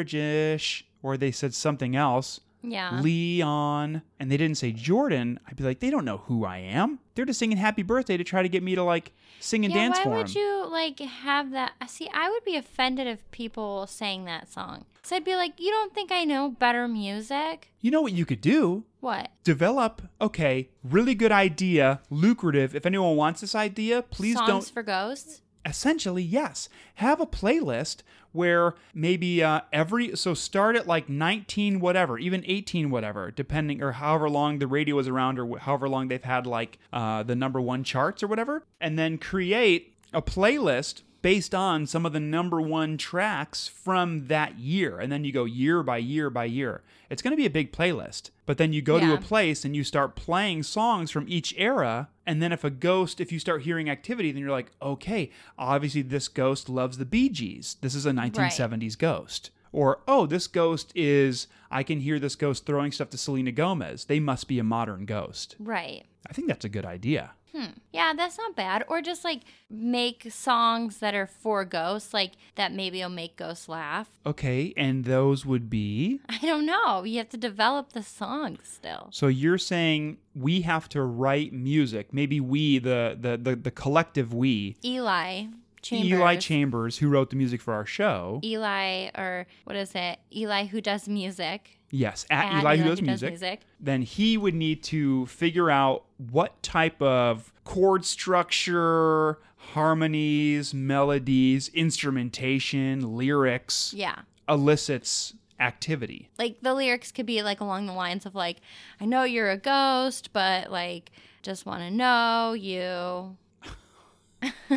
Speaker 1: Jergish or they said something else,
Speaker 2: Yeah.
Speaker 1: Leon, and they didn't say Jordan. I'd be like, they don't know who I am. They're just singing happy birthday to try to get me to like sing and
Speaker 2: yeah,
Speaker 1: dance
Speaker 2: why
Speaker 1: for
Speaker 2: would
Speaker 1: 'em.
Speaker 2: you like have that? I See, I would be offended if people sang that song. So I'd be like, you don't think I know better music?
Speaker 1: you know what you could do?
Speaker 2: What?
Speaker 1: develop okay really good idea lucrative if anyone wants this idea please
Speaker 2: Songs
Speaker 1: don't
Speaker 2: for ghosts?
Speaker 1: essentially yes have a playlist where maybe uh, every so start at like 19 whatever even 18 whatever depending or however long the radio is around or wh- however long they've had like uh, the number one charts or whatever and then create a playlist based on some of the number one tracks from that year and then you go year by year by year it's going to be a big playlist but then you go to
Speaker 2: Yeah.
Speaker 1: a place and you start playing songs from each era and then if a ghost if you start hearing activity then you're like okay obviously this ghost loves the bee gees this is a 1970s ghost or oh this ghost is i can hear this ghost throwing stuff to selena gomez they must be a modern ghost
Speaker 2: Right.
Speaker 1: i think that's a good idea
Speaker 2: Hmm. Yeah, that's not bad. Or just like make songs that are for ghosts, like that maybe will make ghosts laugh.
Speaker 1: okay and those would be
Speaker 2: I don't know. You have to develop the song still.
Speaker 1: So you're saying we have to write music. Maybe we, the the the, the collective we,
Speaker 2: Eli Chambers.
Speaker 1: Eli Chambers, who wrote the music for our show.
Speaker 2: Eli, or what is it? Eli who does music.
Speaker 1: yes, at,
Speaker 2: At
Speaker 1: Eli, who does music. Then he would need to figure out what type of chord structure, harmonies, melodies, instrumentation, lyrics
Speaker 2: Yeah.
Speaker 1: elicits activity.
Speaker 2: Like the lyrics could be like along the lines of like, I know you're a ghost, but like just want to know you.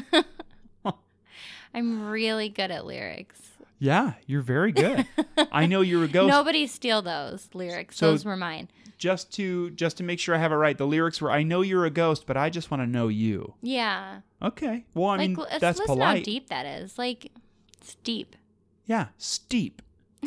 Speaker 2: I'm really good at lyrics.
Speaker 1: Yeah, you're very good. I know you're a ghost.
Speaker 2: Nobody steal those lyrics.
Speaker 1: So-
Speaker 2: those were mine.
Speaker 1: just to just to make sure I have it right, the lyrics were "I know you're a ghost, but I just want to know you."
Speaker 2: Yeah.
Speaker 1: Okay. Well, I mean
Speaker 2: like let's
Speaker 1: that's
Speaker 2: listen how
Speaker 1: polite.
Speaker 2: deep that is. Like it's deep.
Speaker 1: Yeah, steep.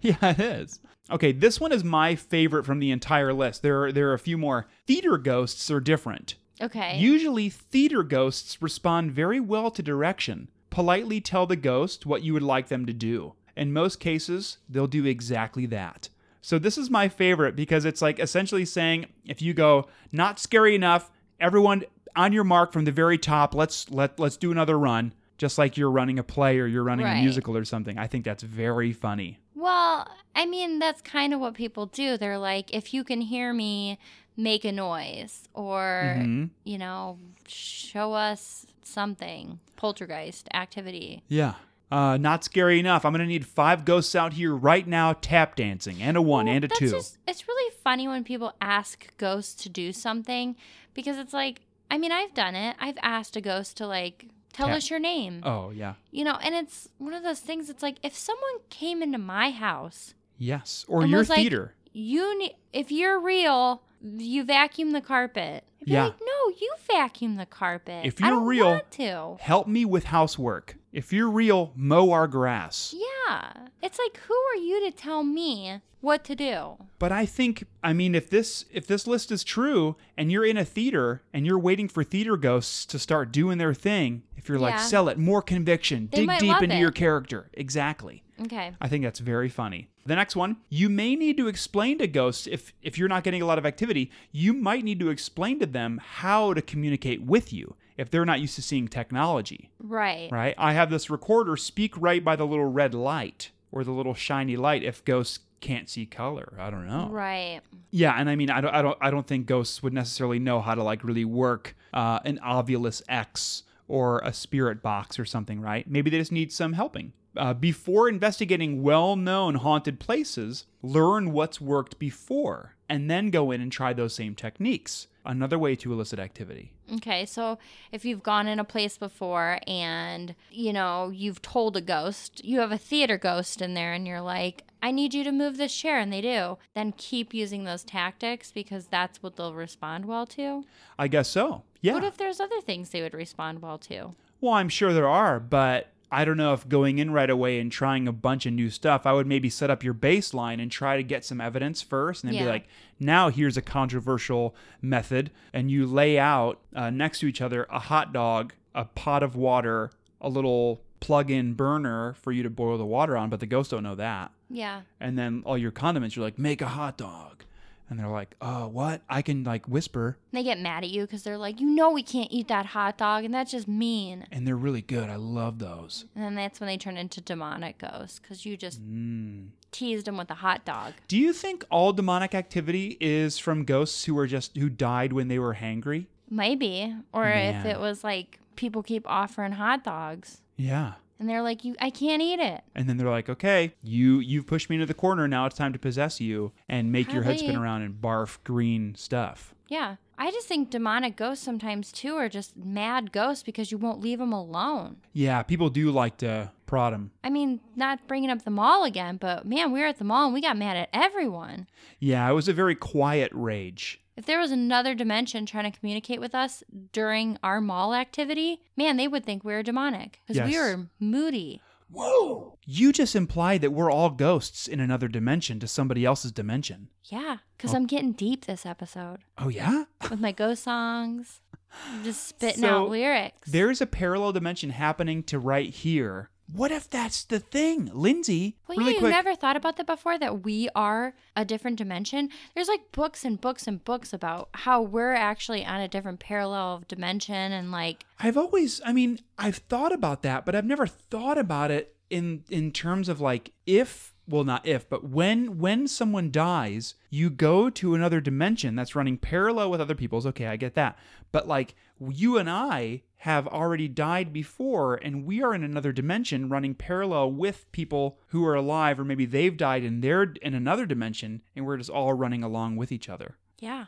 Speaker 1: yeah, it is. Okay, this one is my favorite from the entire list. There are there are a few more. Theater ghosts are different.
Speaker 2: Okay.
Speaker 1: Usually, theater ghosts respond very well to direction. Politely tell the ghost what you would like them to do. In most cases, they'll do exactly that. So, this is my favorite because it's like essentially saying if you go, not scary enough, everyone on your mark from the very top. Let's let let's do another run, just like you're running a play or you're running a
Speaker 2: Right.
Speaker 1: musical or something. I think that's very funny.
Speaker 2: Well, I mean, that's kind of what people do. They're like, if you can hear me, make a noise or,
Speaker 1: Mhm.
Speaker 2: you know, show us something, poltergeist activity.
Speaker 1: Yeah. Uh, not scary enough. I'm gonna need five ghosts out here right now, tap dancing, and a one
Speaker 2: Well,
Speaker 1: and a
Speaker 2: that's
Speaker 1: two.
Speaker 2: just- it's really funny when people ask ghosts to do something because it's like, I mean, I've done it. I've asked a ghost to, like, tell
Speaker 1: Tap-
Speaker 2: us your name.
Speaker 1: Oh yeah.
Speaker 2: You know, and it's one of those things. It's like if someone came into my house,
Speaker 1: Yes. Or
Speaker 2: And
Speaker 1: your
Speaker 2: was like-
Speaker 1: theater.
Speaker 2: you ne- if you're real, you vacuum the carpet. I'd be
Speaker 1: Yeah.
Speaker 2: like, no, you vacuum the carpet.
Speaker 1: If
Speaker 2: I
Speaker 1: you're
Speaker 2: don't
Speaker 1: real-
Speaker 2: want to.
Speaker 1: Help me with housework. If you're real, mow our grass.
Speaker 2: Yeah, it's like who are you to tell me what to do?
Speaker 1: But I think I mean if this if this list is true and you're in a theater and you're waiting for theater ghosts to start doing their thing, if you're like
Speaker 2: Yeah.
Speaker 1: sell it, more conviction,
Speaker 2: They
Speaker 1: dig
Speaker 2: might
Speaker 1: deep
Speaker 2: love
Speaker 1: into
Speaker 2: it.
Speaker 1: your character. Exactly.
Speaker 2: Okay.
Speaker 1: I think that's very funny. The next one, you may need to explain to ghosts if if you're not getting a lot of activity, you might need to explain to them how to communicate with you if they're not used to seeing technology,
Speaker 2: Right.
Speaker 1: right? I have this recorder speak right by the little red light or the little shiny light if ghosts can't see color. I don't know.
Speaker 2: Right.
Speaker 1: Yeah, and I mean, I don't, I don't, I don't think ghosts would necessarily know how to like really work uh, an ovulus X or a spirit box or something, right? Maybe they just need some helping. Uh, before investigating well-known haunted places, learn what's worked before, and then go in and try those same techniques. Another way to elicit activity.
Speaker 2: Okay. So if you've gone in a place before and, you know, you've told a ghost, you have a theater ghost in there and you're like, I need you to move this chair, and they do, then keep using those tactics because that's what they'll respond well to.
Speaker 1: I guess so. Yeah.
Speaker 2: What if there's other things they would respond well to?
Speaker 1: Well, I'm sure there are, but I don't know if going in right away and trying a bunch of new stuff, I would maybe set up your baseline and try to get some evidence first and then be
Speaker 2: Yeah.
Speaker 1: like, now here's a controversial method. And you lay out uh, next to each other a hot dog, a pot of water, a little plug in burner for you to boil the water on, but the ghosts don't know that.
Speaker 2: Yeah.
Speaker 1: And then all your condiments, you're like, make a hot dog. And they're like, oh, what? I can like whisper,
Speaker 2: They get mad at you because they're like, you know, we can't eat that hot dog, and that's just mean.
Speaker 1: and they're really good. I love those.
Speaker 2: And then that's when they turn into demonic ghosts because you just
Speaker 1: Mmm.
Speaker 2: teased them with a hot dog.
Speaker 1: Do you think all demonic activity is from ghosts who were just who died when they were hangry?
Speaker 2: Maybe. Or
Speaker 1: Man.
Speaker 2: if it was like people keep offering hot dogs
Speaker 1: Yeah.
Speaker 2: and they're like, "You I can't eat it."
Speaker 1: And then they're like, "Okay, you you've pushed me into the corner. Now it's time to possess you and make your head spin
Speaker 2: Probably-
Speaker 1: around and barf green stuff."
Speaker 2: Yeah. I just think demonic ghosts sometimes too are just mad ghosts because you won't leave them alone.
Speaker 1: Yeah, people do like to prod them.
Speaker 2: I mean, not bringing up the mall again, but man, we were at the mall and we got mad at everyone.
Speaker 1: Yeah, it was a very quiet rage.
Speaker 2: If there was another dimension trying to communicate with us during our mall activity, man, they would think we were demonic because we
Speaker 1: Yes.
Speaker 2: were moody.
Speaker 1: Whoa! You just implied that we're all ghosts in another dimension to somebody else's dimension.
Speaker 2: Yeah, because I'm getting deep this episode
Speaker 1: Oh yeah?
Speaker 2: with my ghost songs, I'm just spitting
Speaker 1: So,
Speaker 2: out lyrics.
Speaker 1: There's a parallel dimension happening to right here. What if that's the thing? Lindsay,
Speaker 2: Well,
Speaker 1: really
Speaker 2: yeah,
Speaker 1: quick.
Speaker 2: you never thought about that before that we are a different dimension. There's like books and books and books about how we're actually on a different parallel of dimension and like
Speaker 1: I've always, I mean, I've thought about that, but I've never thought about it in in terms of like if, well, not if, but when when someone dies, you go to another dimension that's running parallel with other people's. Okay, I get that, but like you and I have already died before, and we are in another dimension running parallel with people who are alive, or maybe they've died in their in another dimension, and we're just all running along with each other.
Speaker 2: yeah.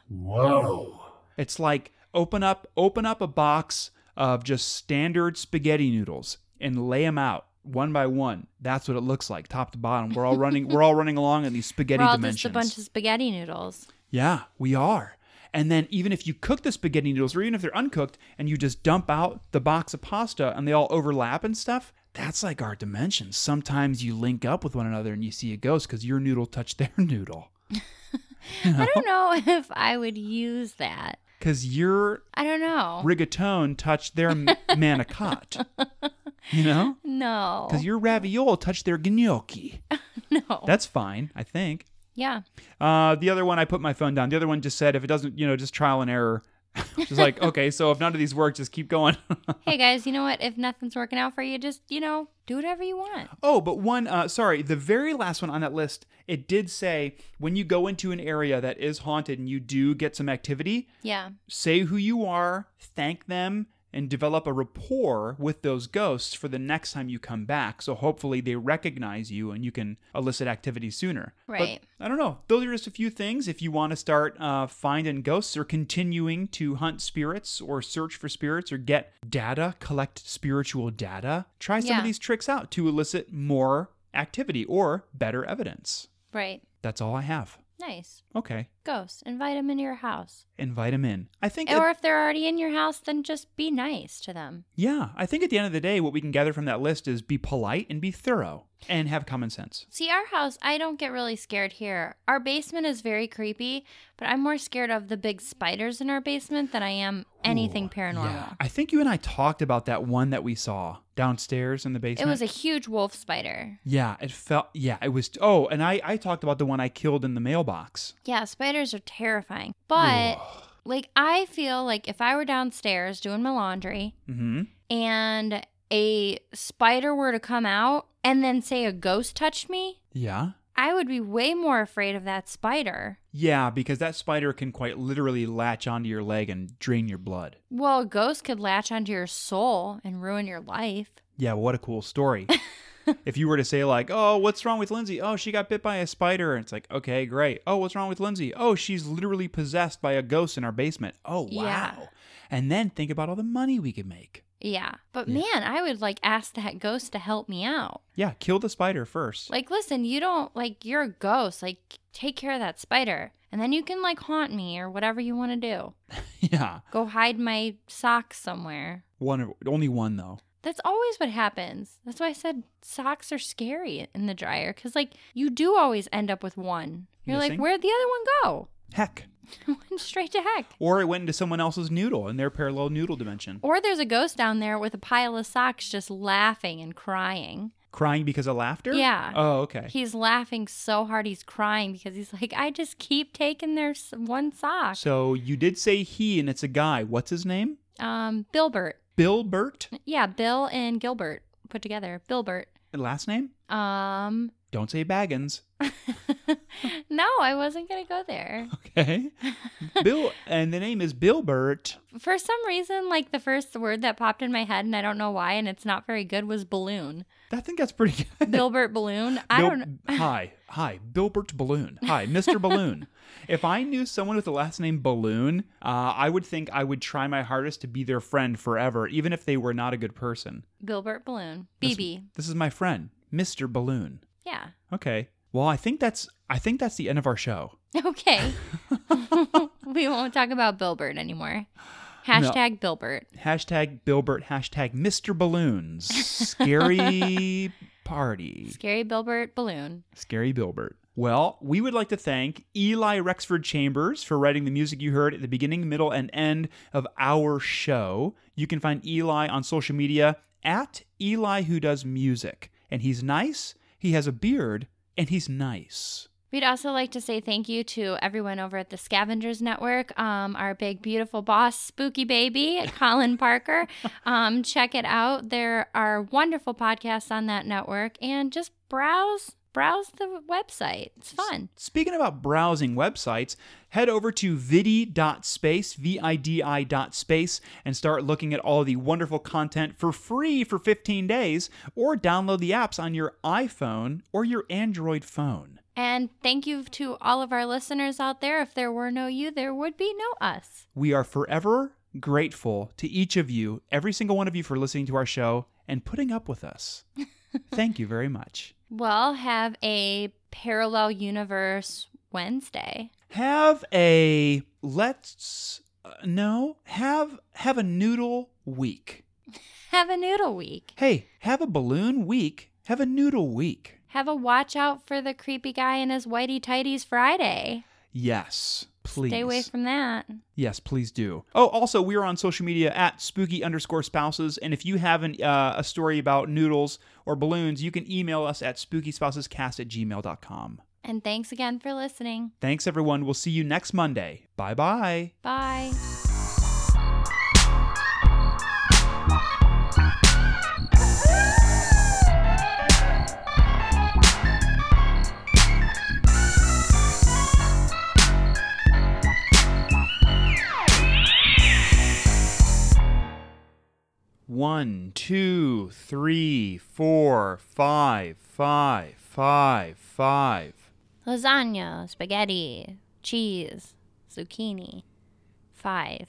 Speaker 1: It's like open up open up a box of just standard spaghetti noodles and lay them out one by one. That's what it looks like, top to bottom. We're all running we're all running along in these spaghetti
Speaker 2: We're all
Speaker 1: dimensions.
Speaker 2: just a bunch of spaghetti noodles.
Speaker 1: yeah, we are. And then even if you cook the spaghetti noodles or even if they're uncooked and you just dump out the box of pasta and they all overlap and stuff, that's like our dimensions. Sometimes you link up with one another and you see a ghost cuz your noodle touched their noodle.
Speaker 2: I don't know if I would use that.
Speaker 1: Cuz your
Speaker 2: I don't know.
Speaker 1: rigatone touched their m- manicotti. You know?
Speaker 2: no.
Speaker 1: Because your ravioli touched their gnocchi.
Speaker 2: no.
Speaker 1: That's fine, I think.
Speaker 2: yeah.
Speaker 1: Uh, the other one, I put my phone down. The other one just said, if it doesn't, you know, just trial and error She's like, okay, so if none of these work, just keep going.
Speaker 2: Hey guys, you know what? If nothing's working out for you, just, you know, do whatever you want.
Speaker 1: oh, but one, uh, sorry, the very last one on that list, it did say when you go into an area that is haunted and you do get some activity,
Speaker 2: Yeah.
Speaker 1: say who you are, thank them, and develop a rapport with those ghosts for the next time you come back. So hopefully they recognize you and you can elicit activity sooner. But
Speaker 2: Right.
Speaker 1: I don't know. Those are just a few things. If you want to start uh, finding ghosts or continuing to hunt spirits or search for spirits or get data, collect spiritual data, try some
Speaker 2: Yeah.
Speaker 1: of these tricks out to elicit more activity or better evidence.
Speaker 2: Right.
Speaker 1: That's all I have.
Speaker 2: Nice.
Speaker 1: Okay.
Speaker 2: Ghosts, invite them into your house.
Speaker 1: Invite them in. I think that-
Speaker 2: Or if they're already in your house, then just be nice to them.
Speaker 1: Yeah, I think at the end of the day, what we can gather from that list is be polite and be thorough and have common sense.
Speaker 2: See, our house, I don't get really scared here. Our basement is very creepy, but I'm more scared of the big spiders in our basement than I am anything
Speaker 1: Ooh,
Speaker 2: paranormal.
Speaker 1: yeah. I think you and I talked about that one that we saw downstairs in the
Speaker 2: It
Speaker 1: basement.
Speaker 2: was a huge wolf spider.
Speaker 1: yeah, it felt. Yeah, it was. Oh, and I I talked about the one I killed in the mailbox.
Speaker 2: Yeah, spiders are terrifying. But, like, I feel like if I were downstairs doing my laundry
Speaker 1: Mm-hmm.
Speaker 2: and a spider were to come out and then say a ghost touched me,
Speaker 1: Yeah.
Speaker 2: I would be way more afraid of that spider.
Speaker 1: Yeah, because that spider can quite literally latch onto your leg and drain your blood.
Speaker 2: Well, a ghost could latch onto your soul and ruin your life.
Speaker 1: Yeah, what a cool story. if you were to say like, "Oh, what's wrong with Lindsay? Oh, she got bit by a spider." And it's like, "Okay, great. Oh, what's wrong with Lindsay? Oh, she's literally possessed by a ghost in our basement." Oh, wow.
Speaker 2: Yeah.
Speaker 1: And then think about all the money we could make.
Speaker 2: Yeah. But
Speaker 1: Yeah.
Speaker 2: man, I would like ask that ghost to help me out.
Speaker 1: Yeah, kill the spider first.
Speaker 2: Like, listen, you don't like you're a ghost. Like, take care of that spider. And then you can like haunt me or whatever you want to do.
Speaker 1: yeah.
Speaker 2: Go hide my socks somewhere.
Speaker 1: One of- only one though.
Speaker 2: That's always what happens. That's why I said socks are scary in the dryer cuz like you do always end up with one. You're
Speaker 1: Missing?
Speaker 2: like, "Where'd the other one
Speaker 1: Heck.
Speaker 2: go?" Went straight to heck.
Speaker 1: Or it went into someone else's noodle in their parallel noodle dimension.
Speaker 2: Or there's a ghost down there with a pile of socks just laughing and crying.
Speaker 1: Crying because of laughter?
Speaker 2: Yeah.
Speaker 1: Oh, okay.
Speaker 2: He's laughing so hard he's crying because he's like, I just keep taking their s- one sock.
Speaker 1: so you did say he and it's a guy. What's his name?
Speaker 2: Um, Bilbert.
Speaker 1: Bill Burt?
Speaker 2: Yeah, Bill and Gilbert put together. Bilbert.
Speaker 1: Last name?
Speaker 2: Um,
Speaker 1: Don't say Baggins.
Speaker 2: no, I wasn't gonna go there.
Speaker 1: Okay. Bill and the name is Bilbert.
Speaker 2: For some reason, like the first word that popped in my head, and I don't know why, and it's not very good, was balloon.
Speaker 1: I think that's pretty good.
Speaker 2: Bilbert balloon. I
Speaker 1: Bil-
Speaker 2: don't. know.
Speaker 1: hi. Hi. Bilbert Balloon. Hi, Mr. Balloon. If I knew someone with the last name Balloon, uh, I would think I would try my hardest to be their friend forever, even if they were not a good person.
Speaker 2: Bilbert balloon.
Speaker 1: This-
Speaker 2: BB.
Speaker 1: This is my friend, Mr. Balloon.
Speaker 2: Yeah.
Speaker 1: Okay. Well, I think that's I think that's the end of our show.
Speaker 2: Okay. we won't talk about Bilbert anymore. Hashtag Bilbert.
Speaker 1: Hashtag Bilbert, hashtag Mr. Balloons. Scary party.
Speaker 2: Scary Bilbert balloon.
Speaker 1: Scary Bilbert. Well, we would like to thank Eli Rexford Chambers for writing the music you heard at the beginning, middle, and end of our show. You can find Eli on social media at Eli Who Does Music. And he's nice, he has a beard, and he's nice.
Speaker 2: We'd also like to say thank you to everyone over at the Scavengers Network, um, our big, beautiful boss, Spooky Baby, Colin Parker. Um, check it out. There are wonderful podcasts on that network, and just browse browse the website. It's fun.
Speaker 1: Speaking about browsing websites, head over to vidi.space, V-I-D-I dot space, and start looking at all the wonderful content for free for 15 days, or download the apps on your iPhone or your Android phone.
Speaker 2: And thank you to all of our listeners out there. If there were no you, there would be no us.
Speaker 1: We are forever grateful to each of you, every single one of you, for listening to our show and putting up with us. Thank you very much.
Speaker 2: Well, have a parallel universe Wednesday.
Speaker 1: Have a let's uh, no have have a noodle week.
Speaker 2: Have a noodle week.
Speaker 1: Hey, have a balloon week. Have a noodle week.
Speaker 2: Have a watch out for the creepy guy in his whitey tighties Friday.
Speaker 1: Yes, please.
Speaker 2: Stay away from that.
Speaker 1: Yes, please do. Oh, also, we are on social media at spooky underscore spouses. And if you have an, uh, a story about noodles or balloons, you can email us at spookyspousescast at gmail.com.
Speaker 2: And thanks again for listening.
Speaker 1: Thanks, everyone. We'll see you next Monday. Bye bye.
Speaker 2: Bye.
Speaker 1: One, two, three, four, five, five, five, five.
Speaker 2: Lasagna, spaghetti, cheese, zucchini. Five.